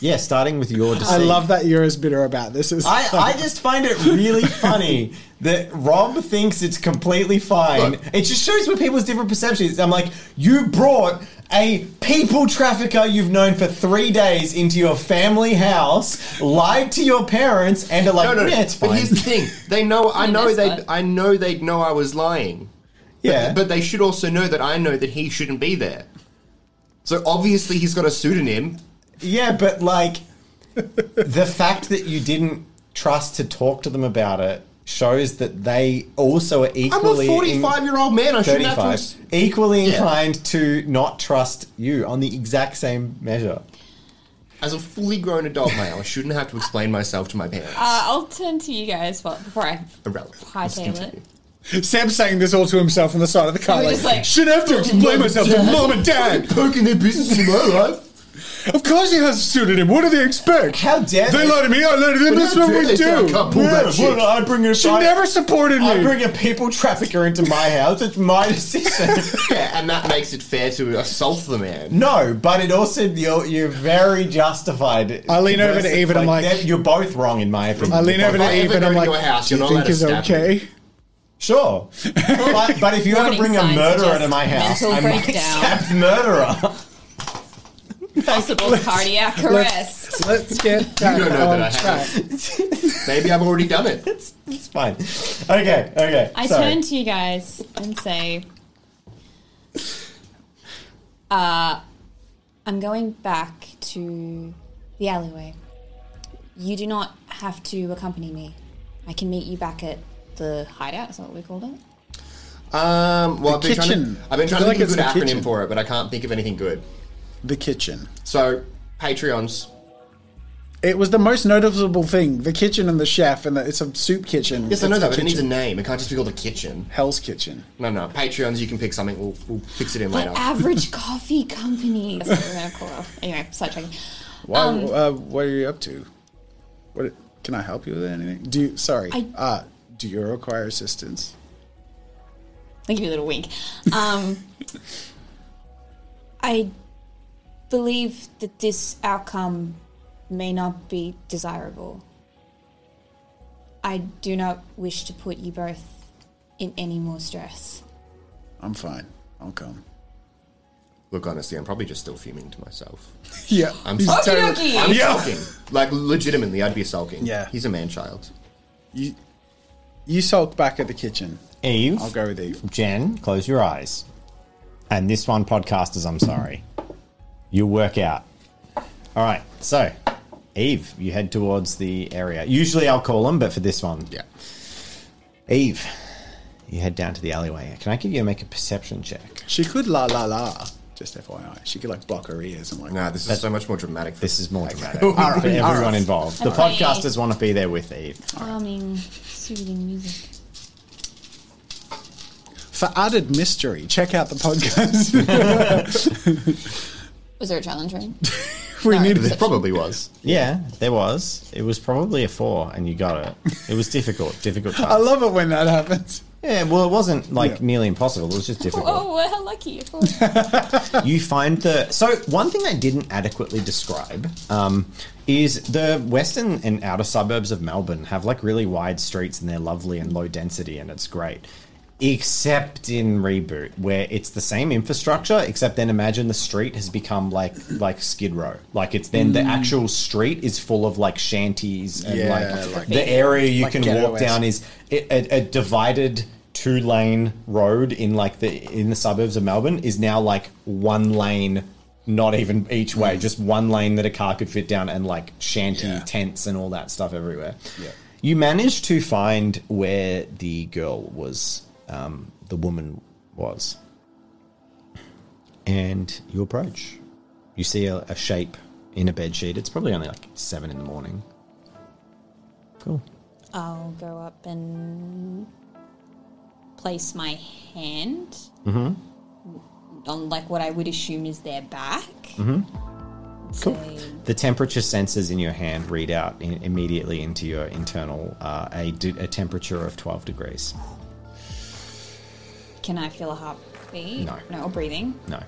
Speaker 1: Yeah, starting with your
Speaker 2: I
Speaker 1: deceit.
Speaker 2: love that you're as bitter about this as
Speaker 1: I,
Speaker 4: (laughs)
Speaker 1: I
Speaker 2: (laughs)
Speaker 1: just find it really funny that Rob thinks it's completely fine.
Speaker 4: Look.
Speaker 1: it just shows where people's different perceptions. I'm like, you brought a people trafficker you've known for three days into your family house, lied to your parents, and are like,
Speaker 4: No, no, no.
Speaker 1: yeah, it's
Speaker 4: But
Speaker 1: fine.
Speaker 4: here's the thing: they
Speaker 5: (laughs)
Speaker 4: know. I know
Speaker 6: that's
Speaker 4: they.
Speaker 6: fine.
Speaker 4: I know they'd know I was lying.
Speaker 1: yeah,
Speaker 4: But they should also know that I know that he shouldn't be there. So obviously he's got a pseudonym.
Speaker 1: yeah, but like, the fact that you didn't trust to talk to them about it shows that they also are
Speaker 4: I'm a
Speaker 1: equally. in-
Speaker 4: 45 year old man. I shouldn't have to.
Speaker 1: 35
Speaker 4: ex-
Speaker 1: equally
Speaker 4: Yeah.
Speaker 1: inclined to not trust you on the exact same measure
Speaker 4: As a fully grown adult male, I shouldn't have to explain myself to my parents.
Speaker 6: Uh, I'll turn to you guys well, before I
Speaker 4: Irrelevant. Let's
Speaker 6: hightail it.
Speaker 4: continue.
Speaker 2: Sam's saying this all to himself on the side of the car.
Speaker 6: We're
Speaker 2: Like,
Speaker 6: just like-
Speaker 2: should have to explain myself to mom and dad.
Speaker 4: Poking their business in my life.
Speaker 2: Of course he has a pseudonym. What do they expect?
Speaker 1: How dare
Speaker 2: they
Speaker 1: they-
Speaker 2: lie to me? I lie to them.
Speaker 4: But
Speaker 2: That's
Speaker 4: how
Speaker 2: what
Speaker 4: dare
Speaker 2: we
Speaker 4: they say I
Speaker 2: do.
Speaker 4: can't pull that shit.
Speaker 1: I bring a
Speaker 2: She never supported me.
Speaker 1: I bring a people trafficker into my house. It's my
Speaker 2: (laughs)
Speaker 1: decision.
Speaker 4: Yeah, and that makes it fair to assault the man.
Speaker 1: no, but it also you're, you're very justified.
Speaker 2: I lean over to
Speaker 1: Versus,
Speaker 2: Eve and I'm like-
Speaker 1: that- you're both wrong in my opinion.
Speaker 2: I lean
Speaker 4: If
Speaker 2: over to
Speaker 4: I ever
Speaker 2: Eve and
Speaker 4: go
Speaker 2: I'm
Speaker 4: to
Speaker 2: like,
Speaker 4: your house,
Speaker 2: do you
Speaker 4: you're
Speaker 2: think
Speaker 4: not
Speaker 2: is
Speaker 4: allowed to stab
Speaker 2: okay? (laughs)
Speaker 1: Sure, but, but if you ever
Speaker 6: Warning
Speaker 1: bring a
Speaker 6: signs
Speaker 1: murderer
Speaker 6: suggest
Speaker 1: into my house,
Speaker 6: mental
Speaker 1: I might
Speaker 6: breakdown.
Speaker 1: stab the murderer. (laughs)
Speaker 6: Possible cardiac arrest.
Speaker 2: Let's
Speaker 4: (laughs)
Speaker 2: get back
Speaker 4: don't know
Speaker 2: on
Speaker 4: that I
Speaker 2: track.
Speaker 4: have. Maybe I've already done it.
Speaker 1: It's fine. Okay, okay.
Speaker 6: I
Speaker 1: sorry.
Speaker 6: turn to you guys and say, uh, uh,
Speaker 5: I'm going back to the alleyway. You do not have to accompany me. I can meet you back at the
Speaker 6: hideout, is that what we called it?
Speaker 4: Um, well, I've
Speaker 2: The
Speaker 4: been trying
Speaker 2: kitchen.
Speaker 4: to, I've been
Speaker 2: I
Speaker 4: trying
Speaker 2: feel
Speaker 4: to
Speaker 2: like
Speaker 4: think of a
Speaker 2: it's
Speaker 4: good
Speaker 2: the
Speaker 4: acronym
Speaker 2: kitchen.
Speaker 4: for it, but I can't think of anything good.
Speaker 2: The kitchen.
Speaker 4: So, Patreons,
Speaker 2: It was the most noticeable thing. The kitchen and the chef, and the, it's a soup kitchen.
Speaker 4: Yes, I
Speaker 2: It's the
Speaker 4: know that, but it needs a
Speaker 2: kitchen.
Speaker 4: name. It can't just be called a kitchen.
Speaker 2: Hell's kitchen.
Speaker 4: No, no. Patreons, you can pick something. We'll, we'll fix it in later. (laughs)
Speaker 5: average coffee company.
Speaker 6: That's what we're going to call it. Anyway, sidetracking.
Speaker 2: Why, uh, what are you up to? What can I help you with anything? Do you, sorry. uh, do you require assistance?
Speaker 6: I'll give you a little wink. Um,
Speaker 5: I believe that this outcome may not be desirable. I do not wish to put you both in any more stress.
Speaker 2: I'm fine. I'll come.
Speaker 4: Look, honestly, I'm probably just still fuming to myself.
Speaker 2: Yeah.
Speaker 4: I'm
Speaker 2: He's
Speaker 4: sorry.
Speaker 2: terrible.
Speaker 6: Okey-dokey.
Speaker 4: I'm
Speaker 2: Yeah.
Speaker 4: sulking. Like, legitimately, I'd be sulking.
Speaker 2: Yeah.
Speaker 4: He's a man child.
Speaker 2: You, you sulk back at the kitchen.
Speaker 1: Eve.
Speaker 2: I'll go with Eve.
Speaker 1: Jen, close your eyes. And this one, podcasters, I'm sorry. You'll work out. All right, so Eve, you head towards the area. Usually I'll call them, but for this one,
Speaker 4: Yeah.
Speaker 1: Eve, you head down to the alleyway. Can I give you a make a perception check?
Speaker 2: She could la la la. Just FYI, she could like block her ears and like.
Speaker 4: Nah, this is so much more dramatic. For
Speaker 1: This is more
Speaker 2: (laughs)
Speaker 1: dramatic for everyone involved. The
Speaker 6: Okay.
Speaker 1: podcasters want to be there with Eve.
Speaker 5: Calming, soothing music.
Speaker 2: For added mystery, check out the podcast. (laughs)
Speaker 6: was there a challenge ring?
Speaker 2: we need
Speaker 4: This probably
Speaker 2: (laughs)
Speaker 4: was.
Speaker 1: Yeah, there was. It was probably a four, and you got it. It was difficult, difficult
Speaker 2: (laughs) I
Speaker 1: task.
Speaker 2: love it when that happens.
Speaker 1: Yeah, well, it wasn't like
Speaker 2: Yeah.
Speaker 1: nearly impossible. It was just difficult.
Speaker 6: Oh, well, how lucky.
Speaker 1: you find the so one thing I didn't adequately describe um, is the western and outer suburbs of Melbourne have like really wide streets and they're lovely and low density and it's great. Except in reboot, where it's the same infrastructure, except then imagine the street has become like like Skid Row, like it's then the
Speaker 2: Mm.
Speaker 1: actual street is full of like shanties and
Speaker 2: Yeah,
Speaker 1: like,
Speaker 2: like-
Speaker 1: the area you
Speaker 2: like
Speaker 1: can walk
Speaker 2: ghetto-esque.
Speaker 1: down is a, a, a divided two lane road in like the in the suburbs of Melbourne is now like one lane not even each way just one lane that a car could fit down and like shanty
Speaker 2: Yeah.
Speaker 1: tents and all that stuff everywhere
Speaker 2: Yeah.
Speaker 1: you managed to find where the girl was um, the woman was and you approach you see a, a shape in a bed sheet it's probably only like seven in the morning cool
Speaker 5: I'll go up and
Speaker 6: Place my hand on like what I would assume is their back.
Speaker 1: Cool. The temperature sensors in your hand read out in, immediately into your internal uh, a, d- a temperature of 12 degrees.
Speaker 6: Can I feel a heartbeat?
Speaker 1: No.
Speaker 6: No, or breathing?
Speaker 1: No.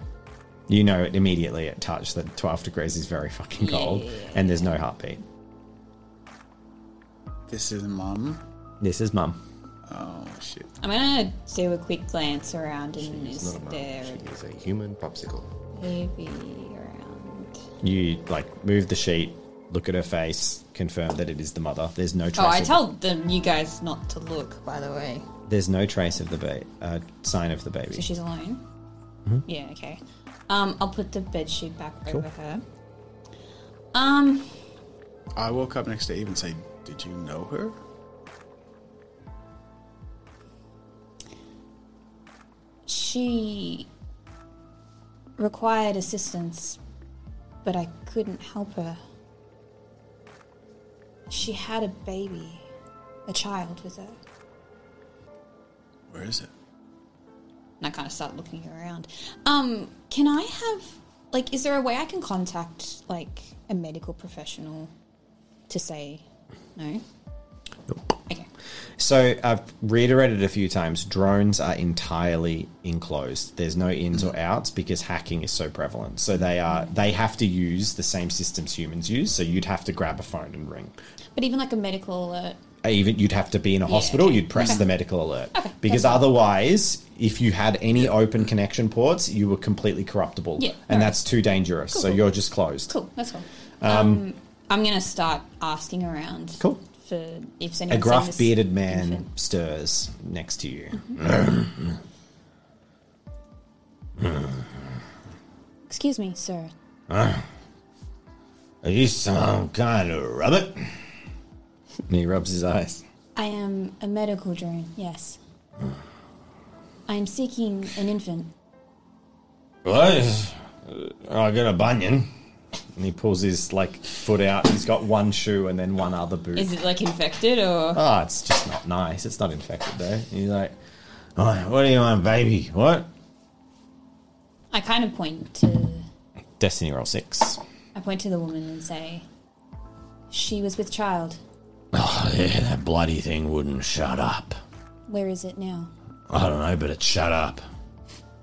Speaker 1: You know it immediately at touch that 12 degrees is very fucking cold and there's no heartbeat.
Speaker 2: This is mum.
Speaker 1: This is mum.
Speaker 2: Oh shit.
Speaker 6: I'm gonna do a quick glance around and
Speaker 4: She's
Speaker 6: is
Speaker 4: not a man.
Speaker 6: there
Speaker 4: She is a human popsicle.
Speaker 6: baby around?
Speaker 1: You like move the sheet, look at her face, confirm that it is the mother. There's no trace.
Speaker 6: Oh, I
Speaker 1: of
Speaker 6: told them you guys not to look, by the way.
Speaker 1: there's no trace of the ba- uh, sign of the baby.
Speaker 6: So she's alone. Yeah. Okay. Um, I'll put the bed sheet back over her. Um,
Speaker 2: I woke up next to Eve and say, "Did you know her?"
Speaker 5: she required assistance
Speaker 6: but I couldn't help her. She had a baby, a child with her.
Speaker 2: Where is it?
Speaker 6: And I kind of start looking around. Um, can I have, like, is there a way I can contact, like, a medical professional to say no? Okay.
Speaker 1: So I've reiterated a few times drones are entirely enclosed. There's no ins or outs because hacking is so prevalent. So they are they have to use the same systems humans use. So you'd have to grab a phone and ring.
Speaker 6: But even like a medical alert.
Speaker 1: Even you'd have to be in a hospital,
Speaker 6: okay.
Speaker 1: you'd press
Speaker 6: Okay. (laughs)
Speaker 1: the medical alert.
Speaker 6: Okay,
Speaker 1: Because
Speaker 6: that's fine.
Speaker 1: otherwise, if you had any open connection ports, you were completely corruptible.
Speaker 6: Yeah,
Speaker 1: and
Speaker 6: alright.
Speaker 1: that's too dangerous. so
Speaker 6: cool.
Speaker 1: you're just closed.
Speaker 6: Cool, that's cool. Um, I'm going to start asking around.
Speaker 1: Cool.
Speaker 6: For
Speaker 1: A
Speaker 6: if anyone's seen
Speaker 1: gruff
Speaker 6: this
Speaker 1: bearded man
Speaker 6: infant.
Speaker 1: stirs next to you.
Speaker 5: Excuse me, sir.
Speaker 1: Are you some kind of rabbit? And he rubs his eyes.
Speaker 5: I am a medical drone,
Speaker 1: (sighs)
Speaker 5: yes. I am seeking an infant.
Speaker 1: What? I got a bunion. And he pulls his like foot out. He's got one shoe and then one other boot.
Speaker 6: Is it like infected or?
Speaker 1: Ah, it's just not nice. It's not infected though. And he's like, "Oh, what do you want, baby? What?
Speaker 6: I kind of point to
Speaker 1: Destiny roll six.
Speaker 6: I point to the woman and say, "She was with child.
Speaker 1: Oh, yeah, that bloody thing wouldn't shut up.
Speaker 5: Where is it now?
Speaker 1: I don't know, but it shut up.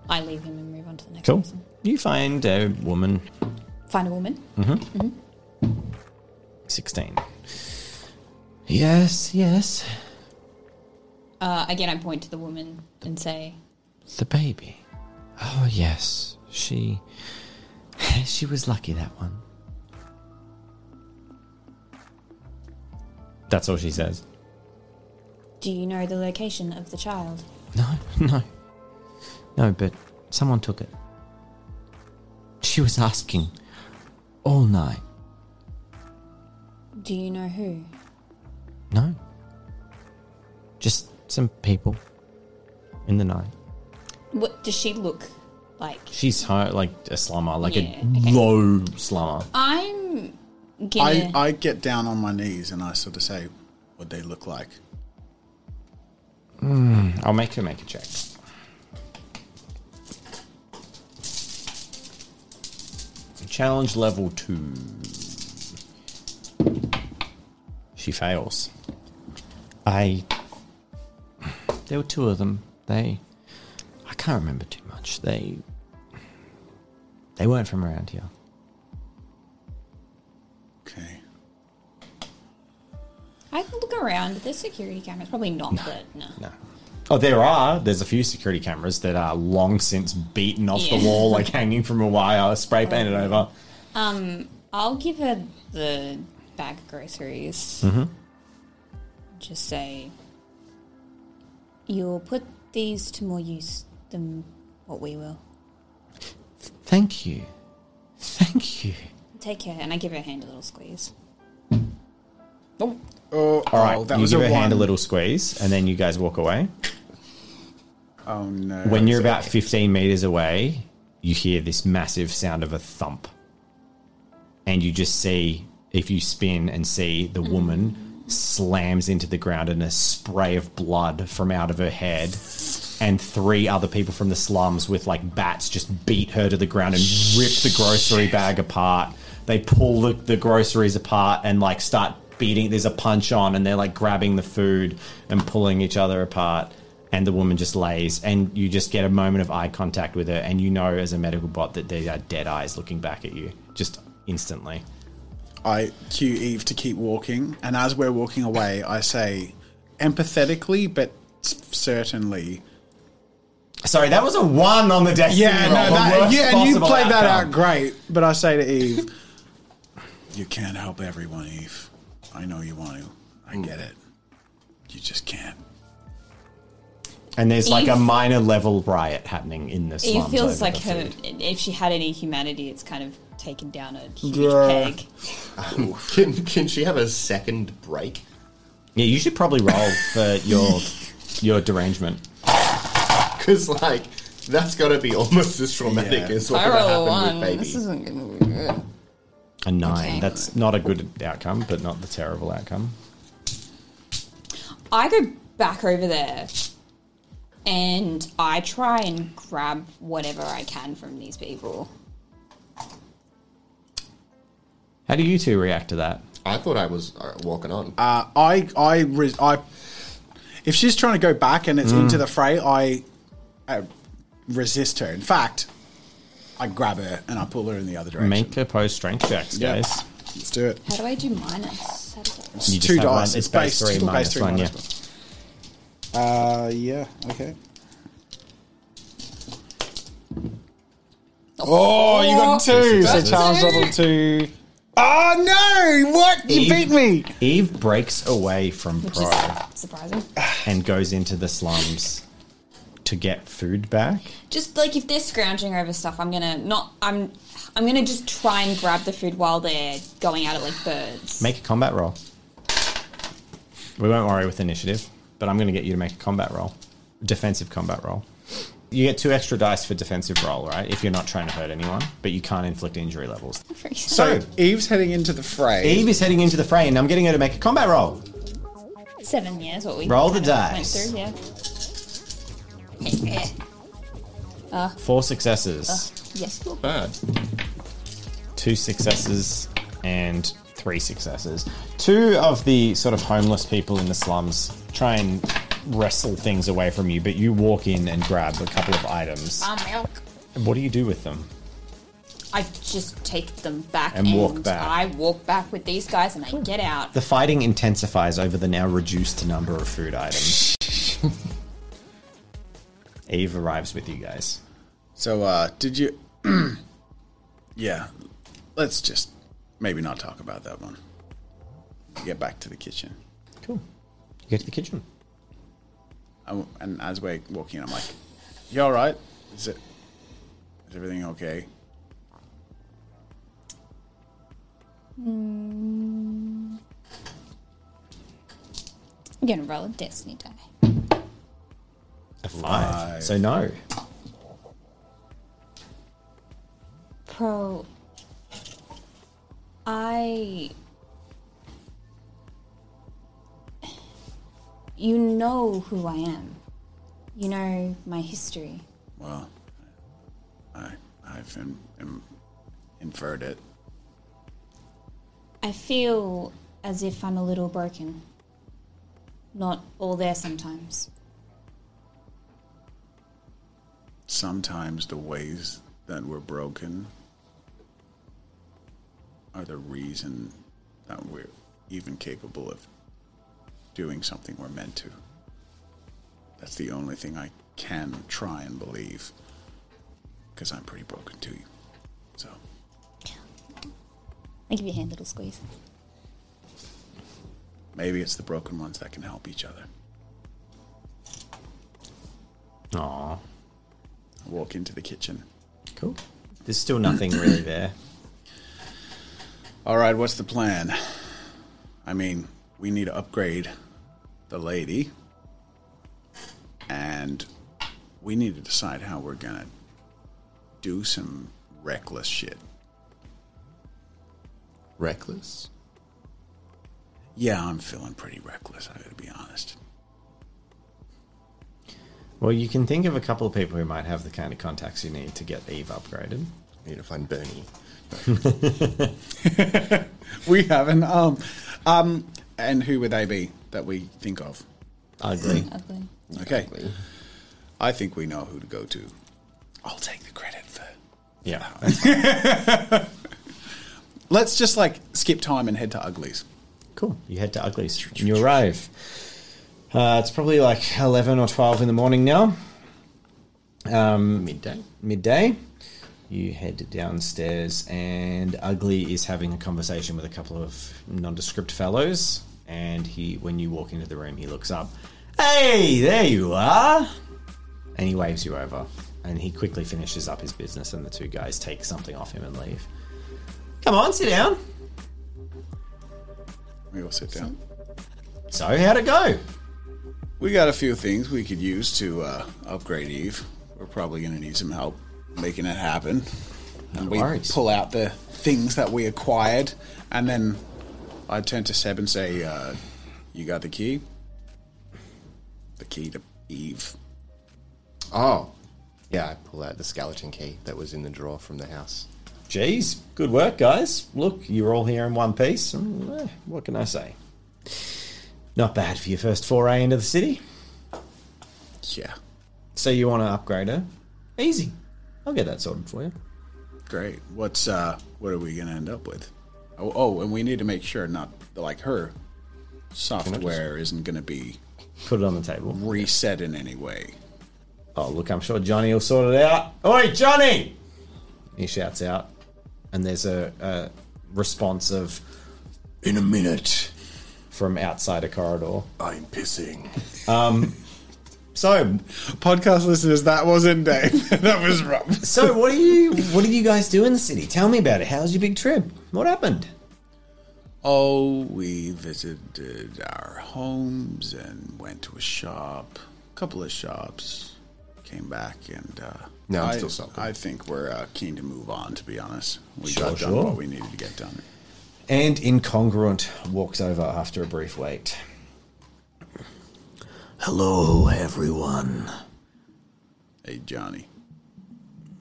Speaker 6: I leave him and move on to the next
Speaker 1: Cool.
Speaker 6: person.
Speaker 1: You find a woman
Speaker 6: Find a woman.
Speaker 1: 16. Yes, yes.
Speaker 6: Uh, again, I point to the woman and say,
Speaker 1: The baby. Oh, yes. She. (laughs) She was lucky, that one. That's all she says.
Speaker 5: Do you know the location of the child?
Speaker 1: No, no. No, but someone took it. She was asking all night.
Speaker 5: Do you know who?
Speaker 1: No. Just some people in the night.
Speaker 6: "What does she look like?"
Speaker 1: She's high, like a slummer, like
Speaker 6: Yeah,
Speaker 1: a
Speaker 6: okay.
Speaker 1: low slummer.
Speaker 6: I'm
Speaker 2: I,
Speaker 6: gonna.
Speaker 2: I get down on my knees and I sort of say, what they look like.
Speaker 1: I'll make her make a check. Challenge level two. She fails. I. There were two of them. They. I can't remember too much. They. They weren't from around here.
Speaker 2: Okay.
Speaker 6: I can look around. There's security cameras. Probably not, but no.
Speaker 1: No. Oh, there are. There's a few security cameras that are long since beaten off
Speaker 6: Yeah.
Speaker 1: the wall, like hanging from a wire, spray painted over.
Speaker 6: I'll give her the bag of groceries. Just say,
Speaker 5: You'll put these to more use than what we will.
Speaker 1: Thank you. Thank you.
Speaker 6: "Take care," and I give her hand a little squeeze.
Speaker 2: Oh,
Speaker 1: All right,
Speaker 2: oh, that
Speaker 1: you
Speaker 2: was
Speaker 1: give
Speaker 2: a
Speaker 1: her hand a
Speaker 2: one.
Speaker 1: little squeeze, and then you guys walk away.
Speaker 2: Oh, no.
Speaker 1: When you're
Speaker 2: That's
Speaker 1: about 15 meters away, you hear this massive sound of a thump, and you just see if you spin and see the woman slams into the ground in a spray of blood from out of her head, and three other people from the slums with like bats just beat her to the ground and rip the grocery bag apart. They pull the, the groceries apart and like start beating. There's a punch on, and they're like grabbing the food and pulling each other apart. And the woman just lays, and you just get a moment of eye contact with her, and you know as a medical bot that they are dead eyes looking back at you just instantly.
Speaker 2: I cue Eve to keep walking, and as we're walking away, I say, empathetically but s- certainly.
Speaker 1: Sorry, that was a one on the destiny
Speaker 2: Yeah,
Speaker 1: roll,
Speaker 2: no,
Speaker 1: the
Speaker 2: that,
Speaker 1: worst
Speaker 2: yeah, and you
Speaker 1: possible
Speaker 2: played that
Speaker 1: outcome.
Speaker 2: out great. But I say to Eve, you can't help everyone, Eve. I know you want to. I get it. You just can't.
Speaker 1: And there's like a
Speaker 6: Eve-
Speaker 1: minor level riot happening in the slums.
Speaker 6: It feels
Speaker 1: over
Speaker 6: like
Speaker 1: the
Speaker 6: her,
Speaker 1: food.
Speaker 6: if she had any humanity, it's kind of taken down a huge
Speaker 2: Yeah.
Speaker 6: peg.
Speaker 4: Um, Can, can she have a second break?
Speaker 1: Yeah, you should probably roll
Speaker 6: (laughs)
Speaker 1: for your your derangement.
Speaker 4: Because, like, that's got to be almost as traumatic
Speaker 2: Yeah.
Speaker 4: as
Speaker 6: I
Speaker 4: what
Speaker 6: roll a
Speaker 4: happened
Speaker 6: one.
Speaker 4: with baby.
Speaker 6: This isn't going to be good.
Speaker 1: A nine.
Speaker 6: Okay.
Speaker 1: That's not a good outcome, but not the terrible outcome.
Speaker 6: I go back over there and I try and grab whatever I can from these people.
Speaker 1: How do you two react to that?
Speaker 4: I thought I was uh, walking on.
Speaker 2: Uh, I, I, res- I, if she's trying to go back and it's into the fray, I, I resist her. In fact, I grab her and I pull her in the other direction.
Speaker 1: Make opposed strength checks,
Speaker 2: Yeah.
Speaker 1: guys.
Speaker 2: Let's do it.
Speaker 6: How do I do minus? How does that work?
Speaker 2: It's
Speaker 1: You just
Speaker 2: two
Speaker 1: have
Speaker 2: dice.
Speaker 1: one-
Speaker 2: It's,
Speaker 1: it's base
Speaker 2: base
Speaker 1: three
Speaker 2: it's
Speaker 1: minus
Speaker 2: base three
Speaker 1: one,
Speaker 2: minus one. Uh, yeah. Okay. Oh, you got two. So
Speaker 4: That's
Speaker 2: Charles
Speaker 6: it.
Speaker 2: level two. Oh no! What? You beat me.
Speaker 1: Eve breaks away from
Speaker 6: Which
Speaker 1: Pro
Speaker 6: is surprising.
Speaker 1: and goes into the slums to get food back.
Speaker 6: Just like if they're scrounging over stuff, I'm gonna not. I'm. I'm gonna just try and grab the food while they're going at it like
Speaker 1: (laughs)
Speaker 6: birds.
Speaker 1: Make a combat roll. We won't worry with initiative, but I'm going to get you to make a combat roll, defensive combat roll. You get two extra dice for defensive roll, right? If you're not trying to hurt anyone, but you can't inflict injury levels.
Speaker 2: So
Speaker 1: So-
Speaker 2: Eve's heading into the fray.
Speaker 1: Eve is heading into the fray, and I'm getting her to make a combat roll.
Speaker 6: Seven, yeah, is what we
Speaker 1: Roll the
Speaker 6: kind of went
Speaker 1: dice.
Speaker 6: through, yeah. (laughs)
Speaker 1: Four successes,
Speaker 6: Yes, cool.
Speaker 4: Bad.
Speaker 1: two successes, and three successes. Two of the sort of homeless people in the slums try and wrestle things away from you, but you walk in and grab a couple of items.
Speaker 6: Um, milk.
Speaker 1: What do you do with them?
Speaker 6: I just take them back
Speaker 1: And walk back.
Speaker 6: I walk back with these guys and I get out.
Speaker 1: The fighting intensifies over the now reduced number of food (laughs) items. Eve arrives with you guys.
Speaker 2: So uh, did you? (clears throat) yeah. Let's just maybe not talk about that one. Get back to the kitchen.
Speaker 1: Cool. You get to the kitchen.
Speaker 2: I- and as we're walking, in, I'm like, "You all right? Is it? Is everything okay?"
Speaker 6: I'm gonna roll a destiny die.
Speaker 1: A five. So no.
Speaker 6: Pro. I. You know who I am. You know my history.
Speaker 2: Well, I I've in, in- inferred it.
Speaker 6: I feel as if I'm a little broken. Not all there sometimes.
Speaker 2: Sometimes the ways that we're broken are the reason that we're even capable of doing something we're meant to. That's the only thing I can try and believe because I'm pretty broken too. So,
Speaker 6: I give you a hand, little squeeze.
Speaker 2: maybe it's the broken ones that can help each other.
Speaker 1: Aw.
Speaker 2: I walk into the kitchen.
Speaker 1: Cool. There's still nothing really there.
Speaker 2: All right, what's the plan? I mean, we need to upgrade the lady, and we need to decide how we're gonna do some reckless shit.
Speaker 4: Reckless.
Speaker 2: Yeah, I'm feeling pretty reckless. I gotta be honest. (laughs)
Speaker 1: Well, you can think of a couple of people who might have the kind of contacts you need to get Eve upgraded.
Speaker 4: I need to find Bernie.
Speaker 2: We haven't. Um, um, and who would they be that we think of?
Speaker 1: Ugly.
Speaker 6: Ugly.
Speaker 2: Okay, I think we know who to go to. I'll take the credit for.
Speaker 1: Yeah.
Speaker 2: Let's just like skip time and head to Uglies.
Speaker 1: Cool. You head to Ugly's and you arrive. Uh, it's probably like 11 or 12 in the morning now. Um,
Speaker 4: Midday.
Speaker 1: midday. You head downstairs, and Ugly is having a conversation with a couple of nondescript fellows. And he, when you walk into the room, he looks up. Hey, there you are! And he waves you over. And he quickly finishes up his business, and the two guys take something off him and leave. Come on, sit down.
Speaker 2: We all sit down.
Speaker 1: So, how'd it go?
Speaker 2: We got a few things we could use to uh, upgrade Eve. We're probably going to need some help making it happen. And we
Speaker 1: worries.
Speaker 2: pull out the things that we acquired, and then I turn to Seb and say, uh, "You got the key? The key to Eve."
Speaker 4: Oh, yeah. I pull out the skeleton key that was in the drawer from the house.
Speaker 1: Jeez, good work, guys. Look, you're all here in one piece. Mm, eh, What can I say? Not bad for your first foray into the city.
Speaker 2: Yeah,
Speaker 1: So you want to upgrade her? Easy. I'll get that sorted for you.
Speaker 2: great. What's uh, what are we gonna end up with? Oh, oh, and we need to make sure not like her software isn't gonna be
Speaker 1: Put it on the table.
Speaker 2: reset in any way.
Speaker 1: Oh, look, I'm sure Johnny will sort it out. Oi, Johnny! He shouts out, and there's a, a response of,
Speaker 7: In a minute,
Speaker 1: from outside a corridor. Um,
Speaker 7: I'm pissing.
Speaker 1: So,
Speaker 2: Podcast listeners, that wasn't Dave. (laughs) that was Rob.
Speaker 1: so what do you what do you guys do in the city? Tell me about it. How's your big trip? What happened?
Speaker 2: Oh, we visited our homes and went to a shop, a couple of shops, came back, and uh,
Speaker 4: No, I'm
Speaker 2: I,
Speaker 4: still sulking.
Speaker 2: I think we're uh, keen to move on. To be honest, we
Speaker 1: Sure,
Speaker 2: got done
Speaker 1: sure.
Speaker 2: what we needed to get done.
Speaker 1: And incongruent walks over after a brief wait.
Speaker 7: Hello, everyone.
Speaker 2: Hey, Johnny,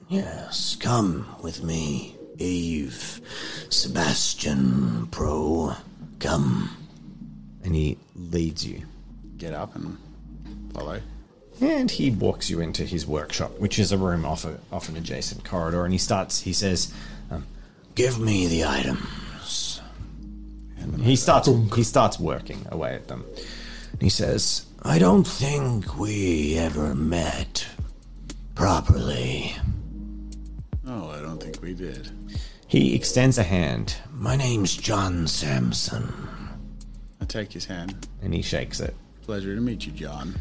Speaker 7: Yes, come with me. Eve, Sebastian, Pro, come.
Speaker 1: And he leads you.
Speaker 2: get up and follow.
Speaker 1: And he walks you into his workshop, which is a room off, a, off an adjacent corridor. And he starts, he says, um,
Speaker 7: Give me the item.
Speaker 1: he starts, he starts working away at them. And he says, uh,
Speaker 7: I don't think we ever met properly.
Speaker 2: Oh, I don't think we did.
Speaker 1: he extends a hand
Speaker 7: My name's John Sampson.
Speaker 2: I take his hand.
Speaker 1: and he shakes it.
Speaker 2: Pleasure to meet you, John.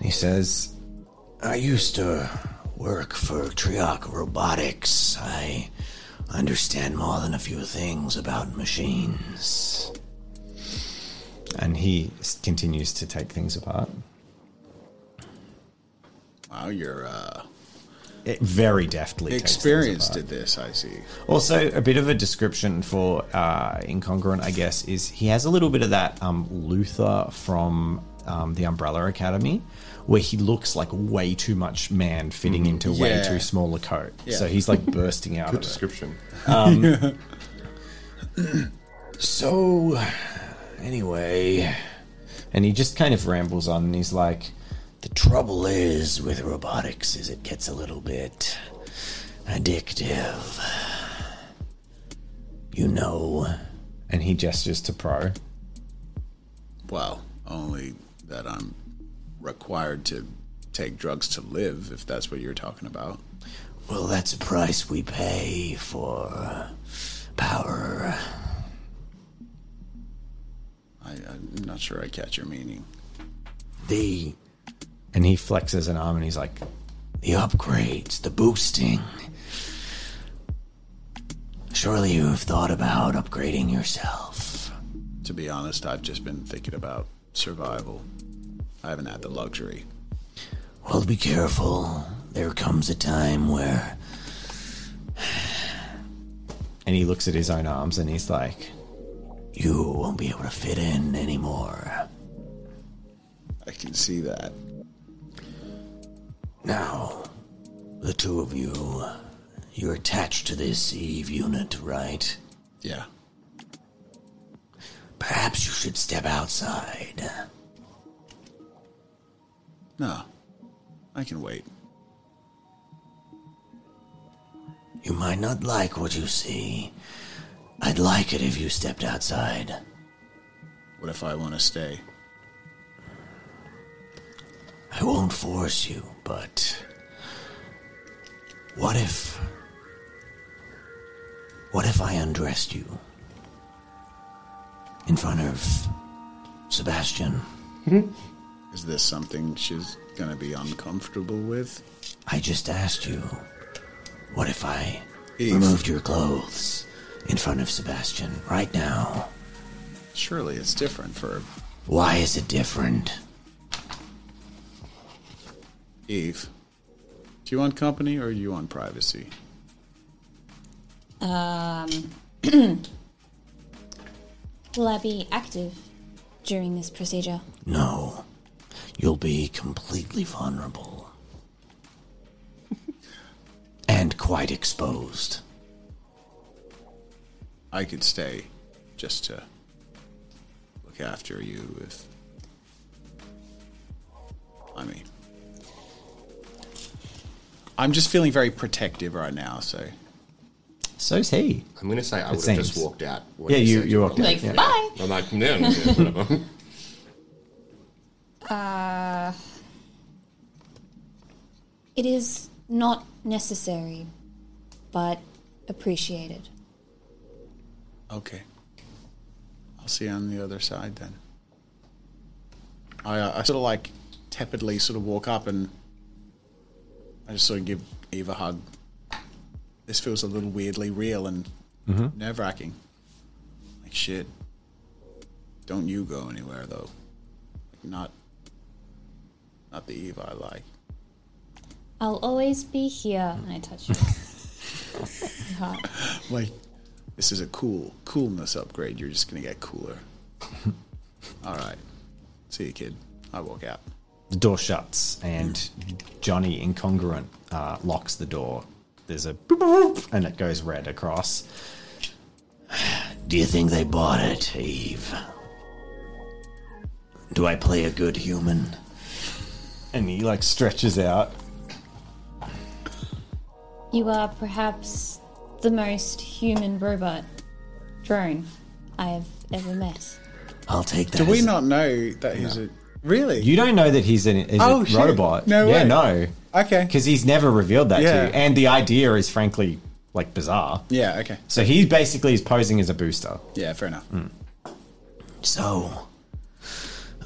Speaker 1: He says,
Speaker 7: I used to work for Trioc Robotics. I understand more than a few things about machines.
Speaker 1: and he s- continues to take things apart.
Speaker 2: Wow, you're uh,
Speaker 1: It very deftly. takes things
Speaker 2: experienced
Speaker 1: apart.
Speaker 2: at this. I see.
Speaker 1: Also, a bit of a description for uh, incongruent, I guess, is he has a little bit of that um, Luther from um, the Umbrella Academy, where he looks like way too much man fitting into way
Speaker 2: Mm. Yeah.
Speaker 1: too small a coat.
Speaker 2: Yeah.
Speaker 1: So he's like bursting
Speaker 2: (laughs)
Speaker 1: out.
Speaker 4: Good
Speaker 1: of it.
Speaker 4: description.
Speaker 7: So, anyway,
Speaker 1: And he just kind of rambles on, and he's like,
Speaker 7: the trouble is with robotics is it gets a little bit addictive. You know,
Speaker 1: and he gestures to Pro.
Speaker 2: Well, only that I'm required to take drugs to live, if that's what you're talking about.
Speaker 7: well, that's a price we pay for power.
Speaker 2: I, I'm not sure I catch your meaning.
Speaker 7: The
Speaker 1: And he flexes an arm, and he's like,
Speaker 7: the upgrades, the boosting. Surely you have thought about upgrading yourself.
Speaker 2: To be honest, I've just been thinking about survival. I haven't had the luxury.
Speaker 7: Well, be careful. There comes a time where
Speaker 1: and he looks at his own arms, and he's like,
Speaker 7: you won't be able to fit in anymore.
Speaker 2: I can see that.
Speaker 7: Now, the two of you, you're attached to this Eve unit, right?
Speaker 2: Yeah.
Speaker 7: Perhaps you should step outside.
Speaker 2: No. I can wait.
Speaker 7: You might not like what you see. I'd like it if you stepped outside.
Speaker 2: What if I want to stay?
Speaker 7: I won't force you, but what if what if I undressed you in front of Sebastian?
Speaker 2: Is this something she's going to be uncomfortable with?
Speaker 7: I just asked you. What if I
Speaker 2: Eve.
Speaker 7: removed your clothes in front of Sebastian right now?
Speaker 2: Surely it's different for
Speaker 7: Why is it different?
Speaker 2: Eve. Do you want company or do you want privacy?
Speaker 6: Um,
Speaker 5: (clears throat) Will I be active during this procedure?
Speaker 7: No, you'll be completely vulnerable (laughs) and quite exposed.
Speaker 8: I could stay just to look after you if. I mean,
Speaker 2: I'm just feeling very protective right now, so
Speaker 1: So's he.
Speaker 4: I'm going to say I
Speaker 1: It
Speaker 4: would have just
Speaker 1: seems.
Speaker 4: walked out. when
Speaker 1: Yeah, you,
Speaker 4: said
Speaker 1: you walked out.
Speaker 6: like,
Speaker 1: yeah.
Speaker 6: bye.
Speaker 4: I'm like, no, no, no, whatever.
Speaker 5: It is not necessary, but appreciated.
Speaker 2: okay. I'll see you on the other side then. I, uh, I sort of like tepidly sort of walk up and I just sort of give Eve a hug. This feels a little weirdly real and nerve wracking. Like shit. Don't you go anywhere though. Not, not the Eve I like.
Speaker 5: I'll always be here.
Speaker 6: And I touch you.
Speaker 2: Like, this is a cool coolness upgrade. You're just gonna get cooler. All right. See you, kid. I walk out.
Speaker 1: The door shuts, and Johnny Incongruent uh, locks the door. There's a boop, boop, boop, and it goes red across.
Speaker 7: Do you think they bought it, Eve? Do I play a good human?
Speaker 1: And he like stretches out.
Speaker 5: You are perhaps the most human robot drone I've ever met.
Speaker 7: I'll take that.
Speaker 2: Do we
Speaker 7: as-
Speaker 2: not know that he's a really?
Speaker 1: You don't know that he's an is
Speaker 2: Oh,
Speaker 1: a
Speaker 2: shit.
Speaker 1: robot.
Speaker 2: No
Speaker 1: yeah,
Speaker 2: way.
Speaker 1: no,
Speaker 2: okay.
Speaker 1: because he's never revealed that
Speaker 2: Yeah.
Speaker 1: to you. And the idea is frankly like bizarre.
Speaker 2: Yeah. Okay.
Speaker 1: So he basically is posing as a booster.
Speaker 2: Yeah. Fair enough.
Speaker 7: So,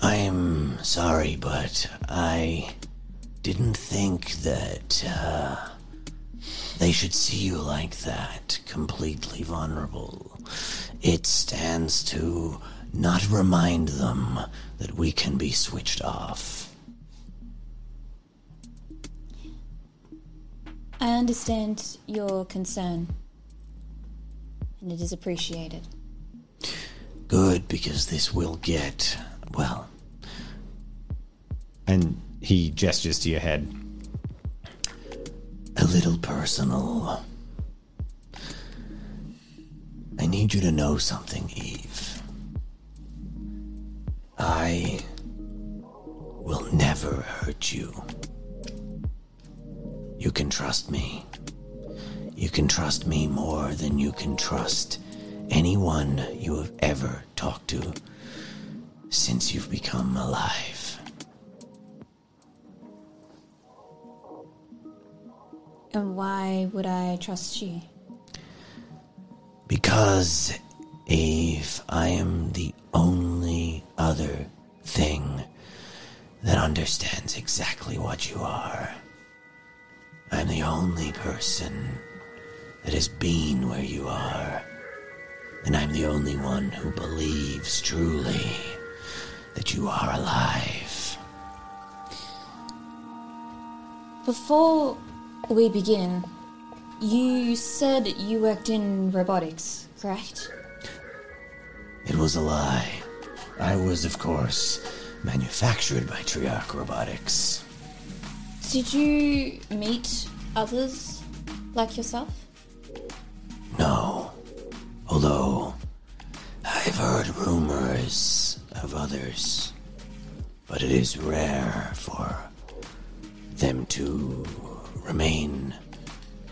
Speaker 7: I'm sorry, but I didn't think that uh, they should see you like that, completely vulnerable. It stands to not remind them that we can be switched off.
Speaker 5: I understand your concern, and it is appreciated.
Speaker 7: Good, because this will get, well,
Speaker 1: And he gestures to your head.
Speaker 7: a little personal. I need you to know something, Eve. I will never hurt you. You can trust me. You can trust me more than you can trust anyone you have ever talked to since you've become alive.
Speaker 5: And why would I trust you?
Speaker 7: Because if I am the only other thing that understands exactly what you are, I'm the only person that has been where you are, and I'm the only one who believes truly that you are alive.
Speaker 5: Before we begin, you said you worked in robotics, correct?
Speaker 7: It was a lie. I was, of course, manufactured by Triarch Robotics.
Speaker 5: Did you meet others like yourself?
Speaker 7: No. Although, I've heard rumors of others. But it is rare for them to remain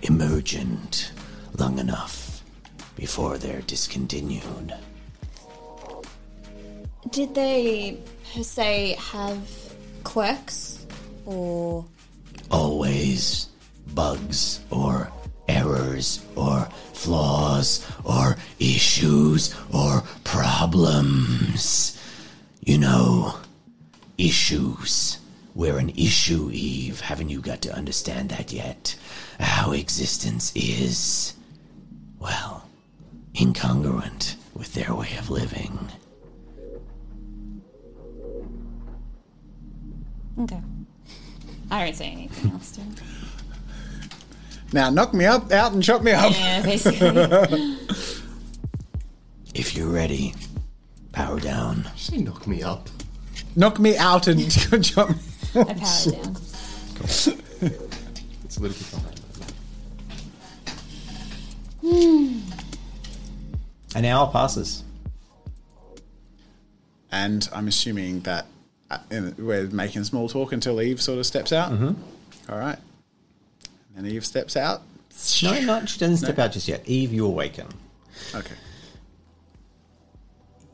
Speaker 7: emergent long enough before they're discontinued.
Speaker 5: Did they, per se, have quirks? Or
Speaker 7: Always bugs or errors or flaws or issues or problems. You know, issues. We're an issue, Eve. Haven't you got to understand that yet? How existence is, well, incongruent with their way of living.
Speaker 1: (laughs)
Speaker 6: Okay. I don't say anything else to him.
Speaker 2: Now knock me up, out, and chop me up.
Speaker 6: Yeah, basically.
Speaker 7: If you're ready, power down.
Speaker 4: (laughs) She knock me up.
Speaker 2: (laughs) Knock me out and (laughs) chop me.
Speaker 6: I powered
Speaker 1: (laughs)
Speaker 6: down.
Speaker 4: It's a little bit behind. but-
Speaker 1: An hour passes.
Speaker 2: And I'm assuming that uh, in- we're making small talk until Eve sort of steps out. All right. And Eve steps out.
Speaker 1: No, not she doesn't step out just yet. Eve, you awaken.
Speaker 2: Okay.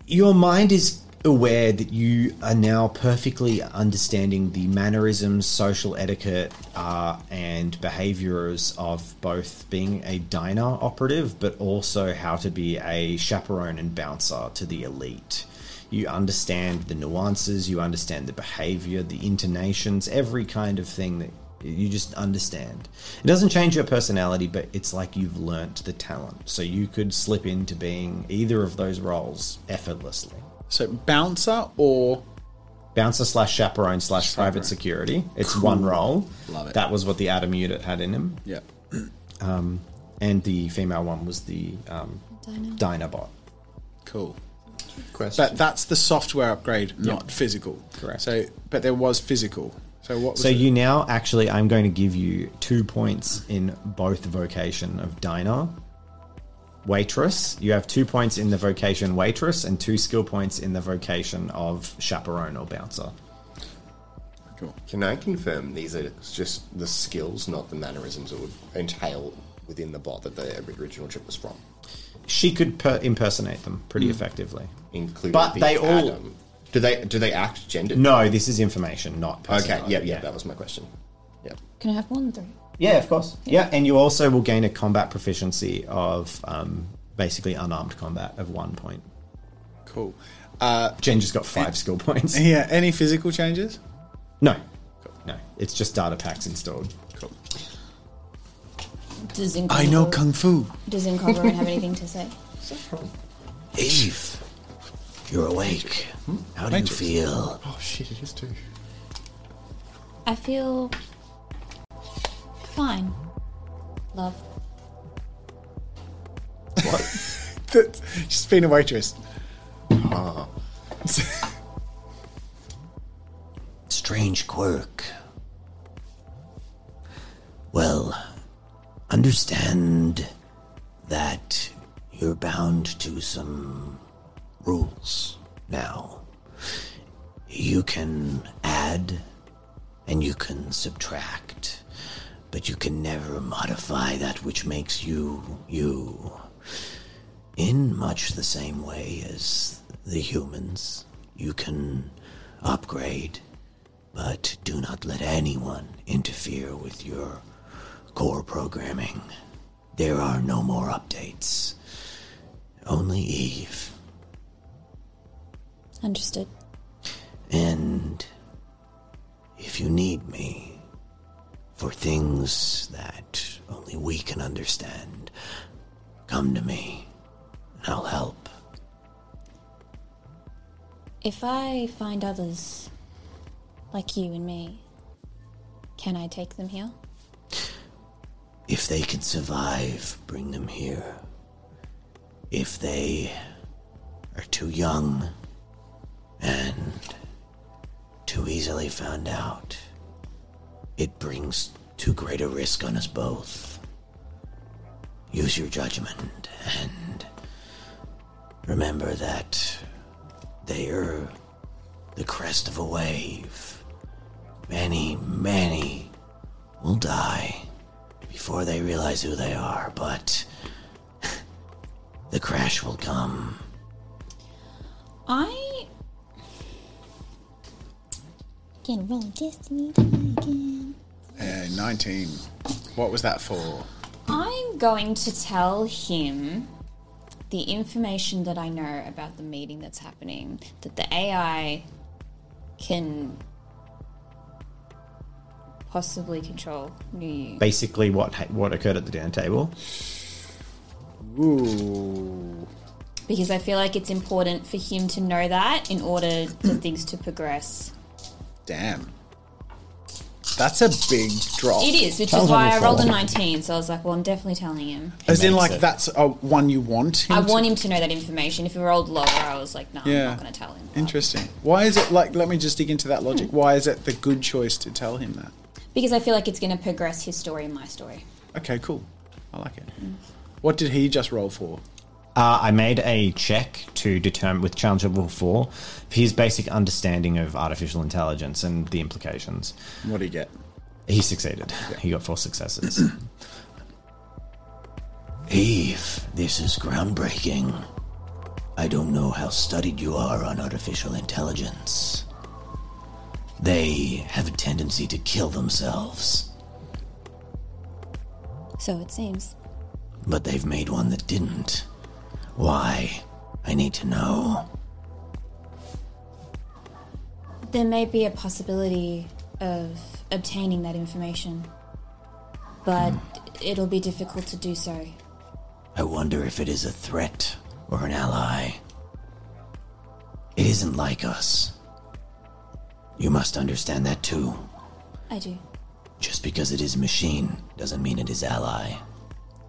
Speaker 1: Your mind is aware that you are now perfectly understanding the mannerisms, social etiquette, uh, and behaviors of both being a diner operative, but also how to be a chaperone and bouncer to the elite. You understand the nuances, you understand the behavior, the intonations, every kind of thing that you just understand. It doesn't change your personality, but it's like you've learnt the talent. So you could slip into being either of those roles effortlessly.
Speaker 2: So bouncer or
Speaker 1: Bouncer slash chaperone slash private security. It's one role.
Speaker 2: Love it.
Speaker 1: That was what the Adam unit had in him.
Speaker 2: yeah.
Speaker 1: And the female one was the um, Dinobot.
Speaker 2: Cool.
Speaker 4: Question.
Speaker 2: But that's the software upgrade, not physical.
Speaker 1: Correct.
Speaker 2: So, but there was physical. So what? Was
Speaker 1: So
Speaker 2: it?
Speaker 1: you now actually, I'm going to give you two points in both vocation of diner, waitress. You have two points in the vocation waitress and two skill points in the vocation of chaperone or bouncer.
Speaker 2: Cool.
Speaker 4: Can I confirm these are just the skills, not the mannerisms that would entail within the bot that the original trip was from?
Speaker 1: She could per- impersonate them
Speaker 4: Mm.
Speaker 1: pretty effectively.
Speaker 4: Including
Speaker 1: But
Speaker 4: the
Speaker 1: they all-
Speaker 4: Adam. Do they do they act gendered?
Speaker 1: No, this is information, not
Speaker 4: Okay.
Speaker 1: personality.
Speaker 4: Yeah. Yeah. That was my question. Yeah.
Speaker 6: Can I have more than three?
Speaker 1: Yeah, of course. Yeah. and you also will gain a combat proficiency of um, basically unarmed combat of one point.
Speaker 2: Cool.
Speaker 1: Jen just got five skill points.
Speaker 2: Yeah. Any physical changes?
Speaker 1: No, no, it's just data packs installed.
Speaker 2: Cool.
Speaker 6: Does Incorporeal,
Speaker 2: I know kung fu.
Speaker 6: Does Incorporeate have anything (laughs) to say?
Speaker 7: Eve, you're awake. How do you
Speaker 2: Matrix.
Speaker 7: feel?
Speaker 4: Oh shit! It is too.
Speaker 6: I feel fine. Love.
Speaker 2: She's been a waitress. Ah. (laughs)
Speaker 7: Strange quirk. Well, understand that you're bound to some rules now. You can add and you can subtract, but you can never modify that which makes you you. In much the same way as the humans, you can upgrade but do not let anyone interfere with your core programming. There are no more updates. Only Eve.
Speaker 5: Understood.
Speaker 7: And if you need me for things that only we can understand, come to me and I'll help.
Speaker 5: If I find others like you and me, can I take them here?
Speaker 7: If they can survive, bring them here. If they are too young and too easily found out, it brings too great a risk on us both. Use your judgment and remember that they are the crest of a wave. Many, many will die before they realize who they are, but the crash will come.
Speaker 6: I
Speaker 3: Can roll destiny again.
Speaker 2: Yeah, Uh, nineteen. What was that for?
Speaker 6: I'm going to tell him the information that I know about the meeting that's happening that the AI can possibly control New You.
Speaker 1: Basically, what ha- what occurred at the dinner table?
Speaker 2: Ooh.
Speaker 6: because I feel like it's important for him to
Speaker 7: Mm.
Speaker 6: know that in order for things to progress.
Speaker 2: Damn. That's a big drop.
Speaker 6: It is, which
Speaker 1: Sounds
Speaker 6: is why I rolled a
Speaker 1: understandable.
Speaker 6: 19. So I was like, well, I'm definitely telling him.
Speaker 2: As in,
Speaker 1: makes
Speaker 2: like
Speaker 1: it.
Speaker 2: that's a one you want. Him
Speaker 6: I
Speaker 2: to-
Speaker 6: want him to know that information. If he rolled lower, I was like, no, I'm
Speaker 2: Yeah.
Speaker 6: not going to tell him. that.
Speaker 2: Interesting. Why is it like? Let me just dig into that logic. Why is it the good choice to tell him that?
Speaker 6: Because I feel like it's going to progress his story and my story.
Speaker 2: Okay, cool. I like it. What did he just roll for?
Speaker 1: Uh, I made a check to determine with challenge level four for his basic understanding of artificial intelligence and the implications.
Speaker 2: What did he get?
Speaker 1: He succeeded. He got four successes. (clears throat)
Speaker 7: Eve, this is groundbreaking. I don't know how studied you are on artificial intelligence. They have a tendency to kill themselves,
Speaker 5: So it seems.
Speaker 7: but they've made one that didn't. Why? I need to know.
Speaker 5: There may be a possibility of obtaining that information, but
Speaker 7: Hmm.
Speaker 5: it'll be difficult to do so.
Speaker 7: I wonder if it is a threat or an ally. It isn't like us. You must understand that too.
Speaker 5: I do.
Speaker 7: Just because it is a machine doesn't mean it is ally.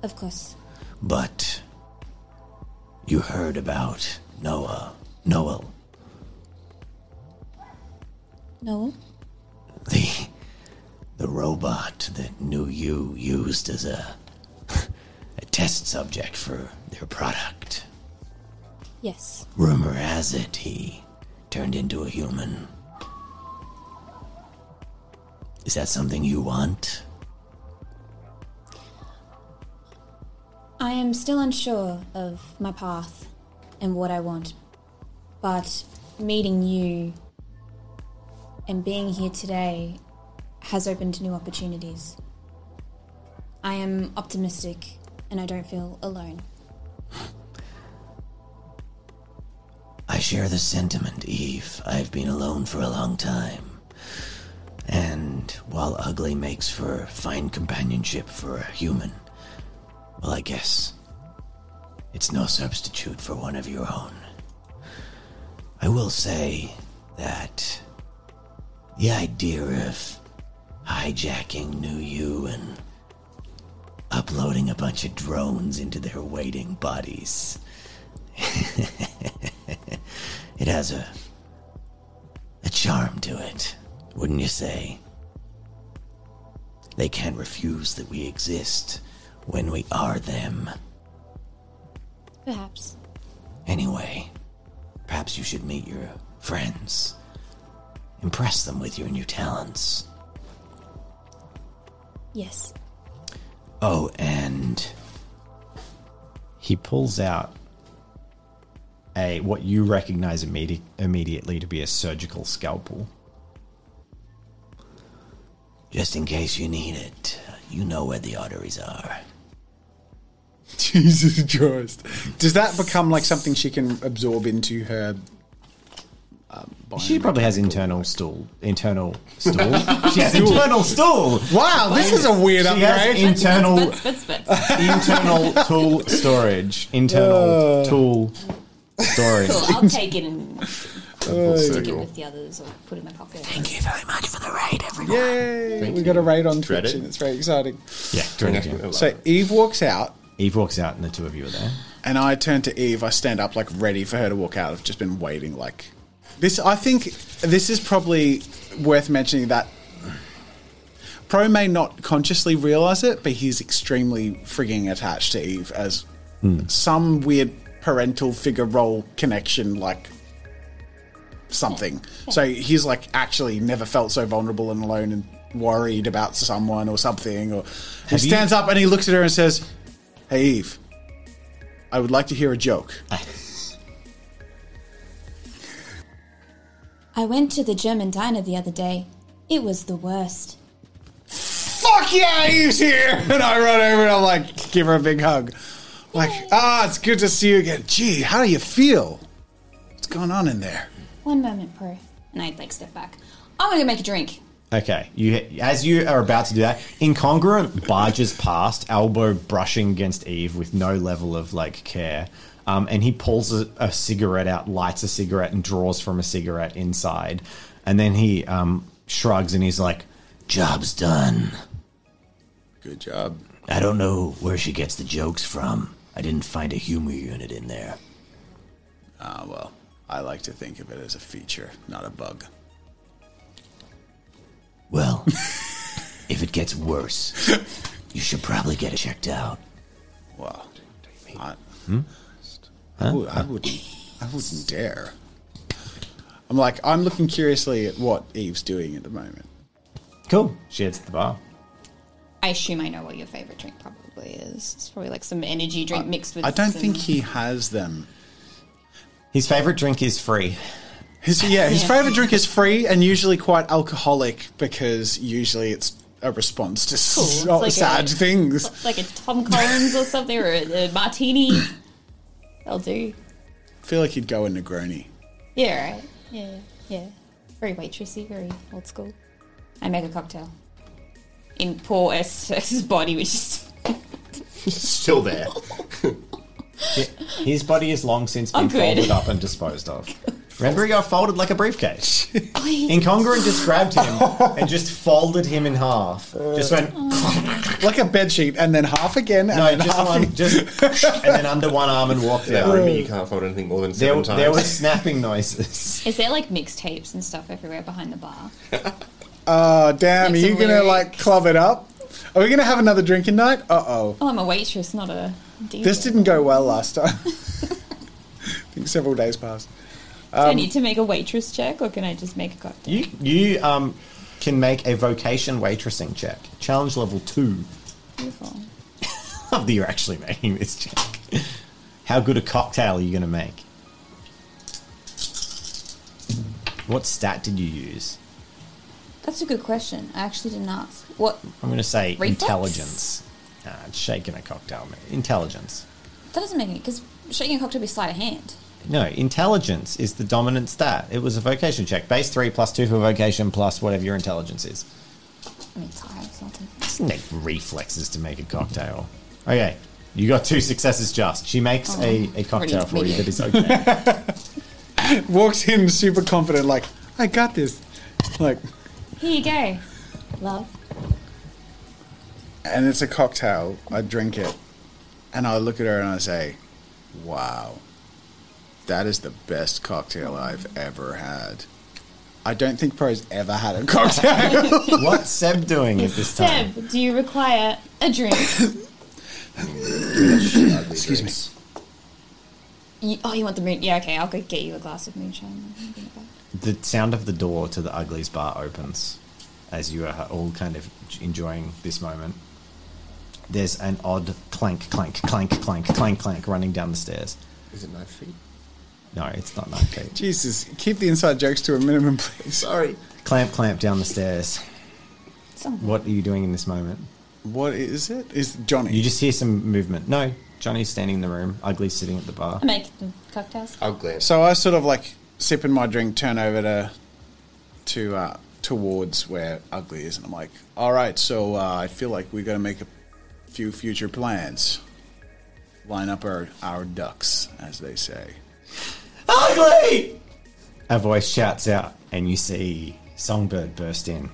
Speaker 5: Of course.
Speaker 7: But you heard about Noah, Noel,
Speaker 5: Noel?
Speaker 7: the the robot that New You used as a (laughs) a test subject for their product.
Speaker 5: Yes.
Speaker 7: Rumor has it he turned into a human. Is that something you want?
Speaker 5: I am still unsure of my path and what I want, but meeting you and being here today has opened new opportunities. I am optimistic and I don't feel alone.
Speaker 7: I share the sentiment, Eve. I've been alone for a long time. And while ugly makes for fine companionship for a human, well, I guess it's no substitute for one of your own. I will say that the idea of hijacking New You and uploading a bunch of drones into their waiting bodies. It has a a charm to it, wouldn't you say? They can't refuse that we exist when we are them.
Speaker 5: Perhaps.
Speaker 7: Anyway, perhaps you should meet your friends. Impress them with your new talents.
Speaker 5: Yes.
Speaker 7: Oh, and
Speaker 1: he pulls out a what you recognize immedi- immediately to be a surgical scalpel.
Speaker 7: just in case you need it, you know where the arteries are.
Speaker 2: (laughs)
Speaker 7: (laughs)
Speaker 2: Jesus Christ! Does that become like something she can absorb into her? Um,
Speaker 1: She probably has internal stool, internal stool.
Speaker 2: (laughs)
Speaker 1: she has internal stool.
Speaker 2: Wow, this is a weird
Speaker 1: She has
Speaker 2: upgrade.
Speaker 1: internal
Speaker 6: Spits, spits, spits.
Speaker 1: internal tool storage. Internal
Speaker 2: Uh.
Speaker 1: tool storage.
Speaker 6: Cool,
Speaker 7: (laughs)
Speaker 6: I'll take it and
Speaker 4: Full
Speaker 6: stick it
Speaker 4: circle.
Speaker 6: with the others or put it in my pocket.
Speaker 7: Thank you very much for the raid, everyone.
Speaker 2: Yay!
Speaker 4: Thank
Speaker 2: We got a
Speaker 4: you.
Speaker 2: raid on
Speaker 4: Dread
Speaker 2: Twitch,
Speaker 4: it.
Speaker 2: and it's very exciting.
Speaker 1: Yeah,
Speaker 4: Yeah,
Speaker 1: drink
Speaker 4: I
Speaker 1: it.
Speaker 4: love
Speaker 2: So
Speaker 4: it.
Speaker 2: Eve walks out,
Speaker 1: Eve walks out, and the two of you are there.
Speaker 2: and I turn to Eve. I stand up, like ready for her to walk out. I've just been waiting, like this. I think this is probably worth mentioning that Pro may not consciously realize it, but he's extremely frigging attached to Eve as
Speaker 1: Hmm.
Speaker 2: some weird parental figure role connection, like something. So he's like actually never felt so vulnerable and alone and worried about someone or something. Or he
Speaker 1: Have you-
Speaker 2: stands up and he looks at her and says, "Hey Eve, I would like to hear a joke."
Speaker 5: I went to the German diner the other day. It was the worst.
Speaker 2: Fuck yeah, Eve's here! (laughs) And I run over and I'm like, give her a big hug. Like, ah, it's good to see you again. Gee, how do you feel? What's going on in there?
Speaker 5: One moment, Pro.
Speaker 6: And I'd like step back. I'm going to make a drink.
Speaker 1: Okay, you as you are about to do that, incongruent barges past, elbow brushing against Eve with no level of like care, um, and he pulls a, a cigarette out, lights a cigarette, and draws from a cigarette inside, and then he um, shrugs and he's like,
Speaker 7: Job's done.
Speaker 8: Good job.
Speaker 7: I don't know where she gets the jokes from. I didn't find a humor unit in there.
Speaker 8: Ah, well, I like to think of it as a feature, not a bug.
Speaker 7: Well, (laughs) if it gets worse, you should probably get it checked out.
Speaker 8: Well, I, I, would, I wouldn't. I wouldn't dare.
Speaker 2: I'm like, I'm looking curiously at what Eve's doing at the moment.
Speaker 1: Cool. She heads to the bar.
Speaker 6: I assume I know what your favorite drink probably is. It's probably like some energy drink mixed with.
Speaker 2: I don't
Speaker 6: some-
Speaker 2: think he has them.
Speaker 1: His favorite drink is free.
Speaker 2: His, yeah, his
Speaker 6: Yeah.
Speaker 2: favorite drink is free and usually quite alcoholic because usually it's a response to
Speaker 6: Cool.
Speaker 2: s
Speaker 6: It's
Speaker 2: oh,
Speaker 6: like
Speaker 2: sad
Speaker 6: (laughs) a-
Speaker 2: things.
Speaker 6: (laughs) like a Tom Collins or something, or a, a martini.
Speaker 2: (laughs)
Speaker 6: That'll do.
Speaker 2: I feel like he'd go a Negroni.
Speaker 6: Yeah, right. Yeah, yeah. yeah. Very waitressy, very old school. I make a cocktail in poor S- S's body, which is (laughs)
Speaker 4: Still (laughs) there.
Speaker 1: His body is long since been
Speaker 6: I'm good.
Speaker 1: folded up and disposed of. Remember, he got folded like a briefcase. Incongruent just grabbed him and just folded him in half. Just went,
Speaker 2: Like a bed sheet and then half again
Speaker 1: (laughs)
Speaker 2: and
Speaker 1: no,
Speaker 2: then
Speaker 1: just
Speaker 2: half
Speaker 1: one,
Speaker 2: again.
Speaker 1: just, and then under one arm and walked
Speaker 4: Yeah,
Speaker 1: out.
Speaker 4: remember you can't fold anything more than
Speaker 1: There,
Speaker 4: seven times.
Speaker 1: there were snapping noises.
Speaker 6: is there like mixtapes and stuff everywhere behind the bar.
Speaker 2: Oh, damn, are
Speaker 6: Like
Speaker 2: you
Speaker 6: some
Speaker 2: going to like
Speaker 6: lyrics.
Speaker 2: club it up? Are we going to have another drinking night? Uh oh.
Speaker 6: Oh, I'm a waitress, not a. DJ.
Speaker 2: This didn't go well last time. (laughs) I think several days passed.
Speaker 6: Do
Speaker 2: um,
Speaker 6: I need to make a waitress check, or can I just make a cocktail?
Speaker 1: You, you um, can make a vocation waitressing check. Challenge level two.
Speaker 6: Beautiful.
Speaker 1: Love that you're actually making this check. How good a cocktail are you going to make? What stat did you use?
Speaker 6: That's a good question. I actually didn't ask. What?
Speaker 1: I'm going to say
Speaker 6: Reflex?
Speaker 1: intelligence. Nah, it's shaking a cocktail. man. Intelligence.
Speaker 6: That doesn't make any because shaking a cocktail is sleight of hand.
Speaker 1: No, intelligence is the dominant stat. It was a vocation check. Base three plus two for vocation plus whatever your intelligence is.
Speaker 6: I mean, it's high or something.
Speaker 1: Doesn't need reflexes to make a cocktail. Okay, you got two successes just. She
Speaker 6: Oh,
Speaker 1: makes a, a cocktail for you that is okay.
Speaker 6: (laughs)
Speaker 2: Walks in super confident, like, I got this. Like,
Speaker 6: Here you go, love.
Speaker 2: and it's a cocktail. I drink it, and I look at her and I say, "Wow, that is the best cocktail I've ever had." I don't think Pro's ever had a
Speaker 6: (laughs)
Speaker 2: cocktail.
Speaker 1: What's Seb doing at this time?
Speaker 6: Seb, do you require a drink?
Speaker 4: Excuse me.
Speaker 6: You- oh, you want the moon? Yeah, okay. I'll go get you a glass of moonshine. and bring it back.
Speaker 1: The sound of the door to the Uglies bar opens as you are all kind of enjoying this moment. There's an odd clank, clank, clank, clank, clank, clank running down the stairs.
Speaker 4: Is it knife feet?
Speaker 1: No, it's not knife feet.
Speaker 2: Jesus, keep the inside jokes to a minimum, please.
Speaker 4: Sorry.
Speaker 1: Clamp, clamp down the stairs. What are you doing in this moment?
Speaker 2: What is it? Is Johnny?
Speaker 1: You just hear some movement. No, Johnny's standing in the room. Ugly's sitting at the bar.
Speaker 6: I make the cocktails.
Speaker 4: I'll glance.
Speaker 2: so I sort of like sipping my drink, turn over to to uh, towards where Ugly is, and I'm like, "All right, so uh, I feel like we got to make a few future plans." Line up our, our ducks, as they say.
Speaker 1: Ugly! A voice shouts out, and you see Songbird burst in,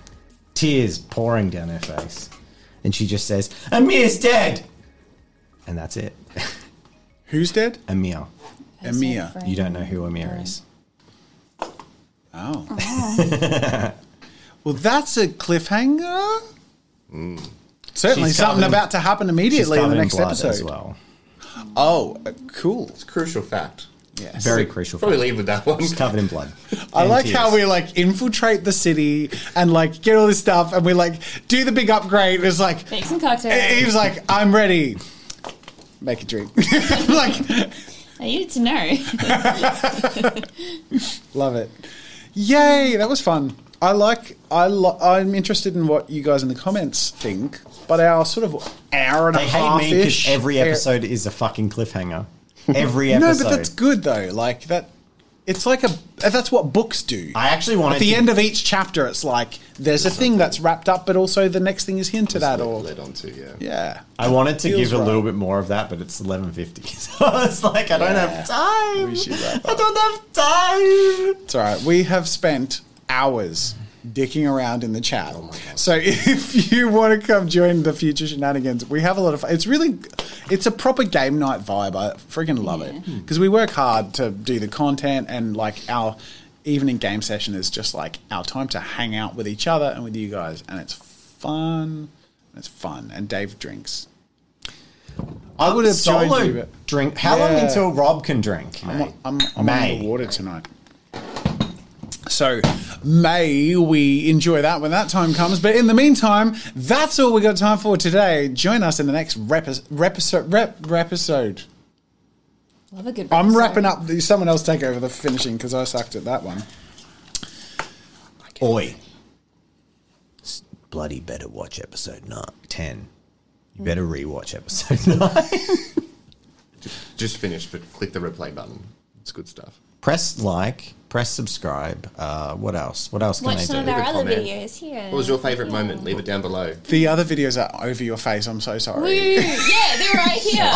Speaker 1: tears pouring down her face. And she just says, Amir's dead! And that's it.
Speaker 2: Who's dead?
Speaker 1: Amir.
Speaker 2: Amir.
Speaker 1: You don't know who Amir is.
Speaker 2: Oh. (laughs) well, that's a cliffhanger. Certainly
Speaker 1: Mm. She's
Speaker 2: something
Speaker 1: covered in-
Speaker 2: about to happen immediately in
Speaker 1: covered
Speaker 2: the next
Speaker 1: blood
Speaker 2: episode.
Speaker 1: as well.
Speaker 2: Oh, uh, cool.
Speaker 4: Crucial fact.
Speaker 2: Yes.
Speaker 1: Very crucial.
Speaker 4: Probably
Speaker 1: fact.
Speaker 4: leave with that one.
Speaker 1: She's covered in
Speaker 2: (laughs)
Speaker 1: blood.
Speaker 2: I
Speaker 1: And
Speaker 2: like how
Speaker 1: tears.
Speaker 2: we like infiltrate the city and like get all this stuff and we like do the big upgrade. It's like
Speaker 6: Make some cocktails.
Speaker 2: Eve's like, I'm ready. Make a drink. (laughs) like
Speaker 6: I needed to know.
Speaker 2: Love it. Yay, that was fun. I like I lo- I'm interested in what you guys in the comments think, but our sort of hour and a
Speaker 1: They hate
Speaker 2: half
Speaker 1: me because
Speaker 2: ish
Speaker 1: every episode is a fucking
Speaker 2: (laughs)
Speaker 1: cliffhanger. Every
Speaker 2: No,
Speaker 1: episode.
Speaker 2: but that's good though. Like that it's like a that's what books do.
Speaker 1: I actually wanted
Speaker 2: At the
Speaker 1: to-
Speaker 2: end of each chapter it's like there's a thing that's wrapped up but also the next thing is hinted at
Speaker 4: Led-
Speaker 2: or
Speaker 4: led on to, yeah.
Speaker 2: yeah.
Speaker 1: I wanted to
Speaker 2: Feels
Speaker 1: give a
Speaker 2: right.
Speaker 1: little bit more of that, but it's eleven fifty. (laughs) So it's like I don't have time.
Speaker 2: We should wrap
Speaker 1: I don't have time.
Speaker 2: It's all right. We have spent hours dicking around in the chat. so (laughs) if you want to come join the future shenanigans, we have a lot of fun. It's really, it's a proper game night vibe. I freaking love it. 'Cause it because we work hard to do the content and like our evening game session is just like our time to hang out with each other and with you guys, and it's fun. It's fun, and Dave drinks. I would have
Speaker 1: Solo
Speaker 2: joined you, but
Speaker 1: drink. How long
Speaker 2: Yeah.
Speaker 1: until Rob can drink?
Speaker 2: I'm, on- I'm, I'm
Speaker 1: May.
Speaker 2: on the water tonight. So, may we enjoy that when that time comes. But in the meantime, that's all we got time for today. Join us in the next rep- repisode. Rep- repisode.
Speaker 6: Love a good.
Speaker 2: I'm
Speaker 6: episode.
Speaker 2: wrapping up. The, someone else take over the finishing because I sucked at that one.
Speaker 1: Oi,
Speaker 7: Bloody better watch episode not.
Speaker 1: ten. You better rewatch episode nine.
Speaker 4: Just finished, but click the replay button. It's good stuff.
Speaker 1: press like. Press subscribe. Uh, what else? What else can
Speaker 5: Watch
Speaker 1: I
Speaker 5: some
Speaker 1: do?
Speaker 5: of our
Speaker 4: Good
Speaker 5: other
Speaker 4: comment.
Speaker 5: videos here.
Speaker 4: What was your favourite moment? Leave it down below.
Speaker 2: The other videos are over your face. I'm so sorry.
Speaker 4: (laughs)
Speaker 6: Yeah, they're right here.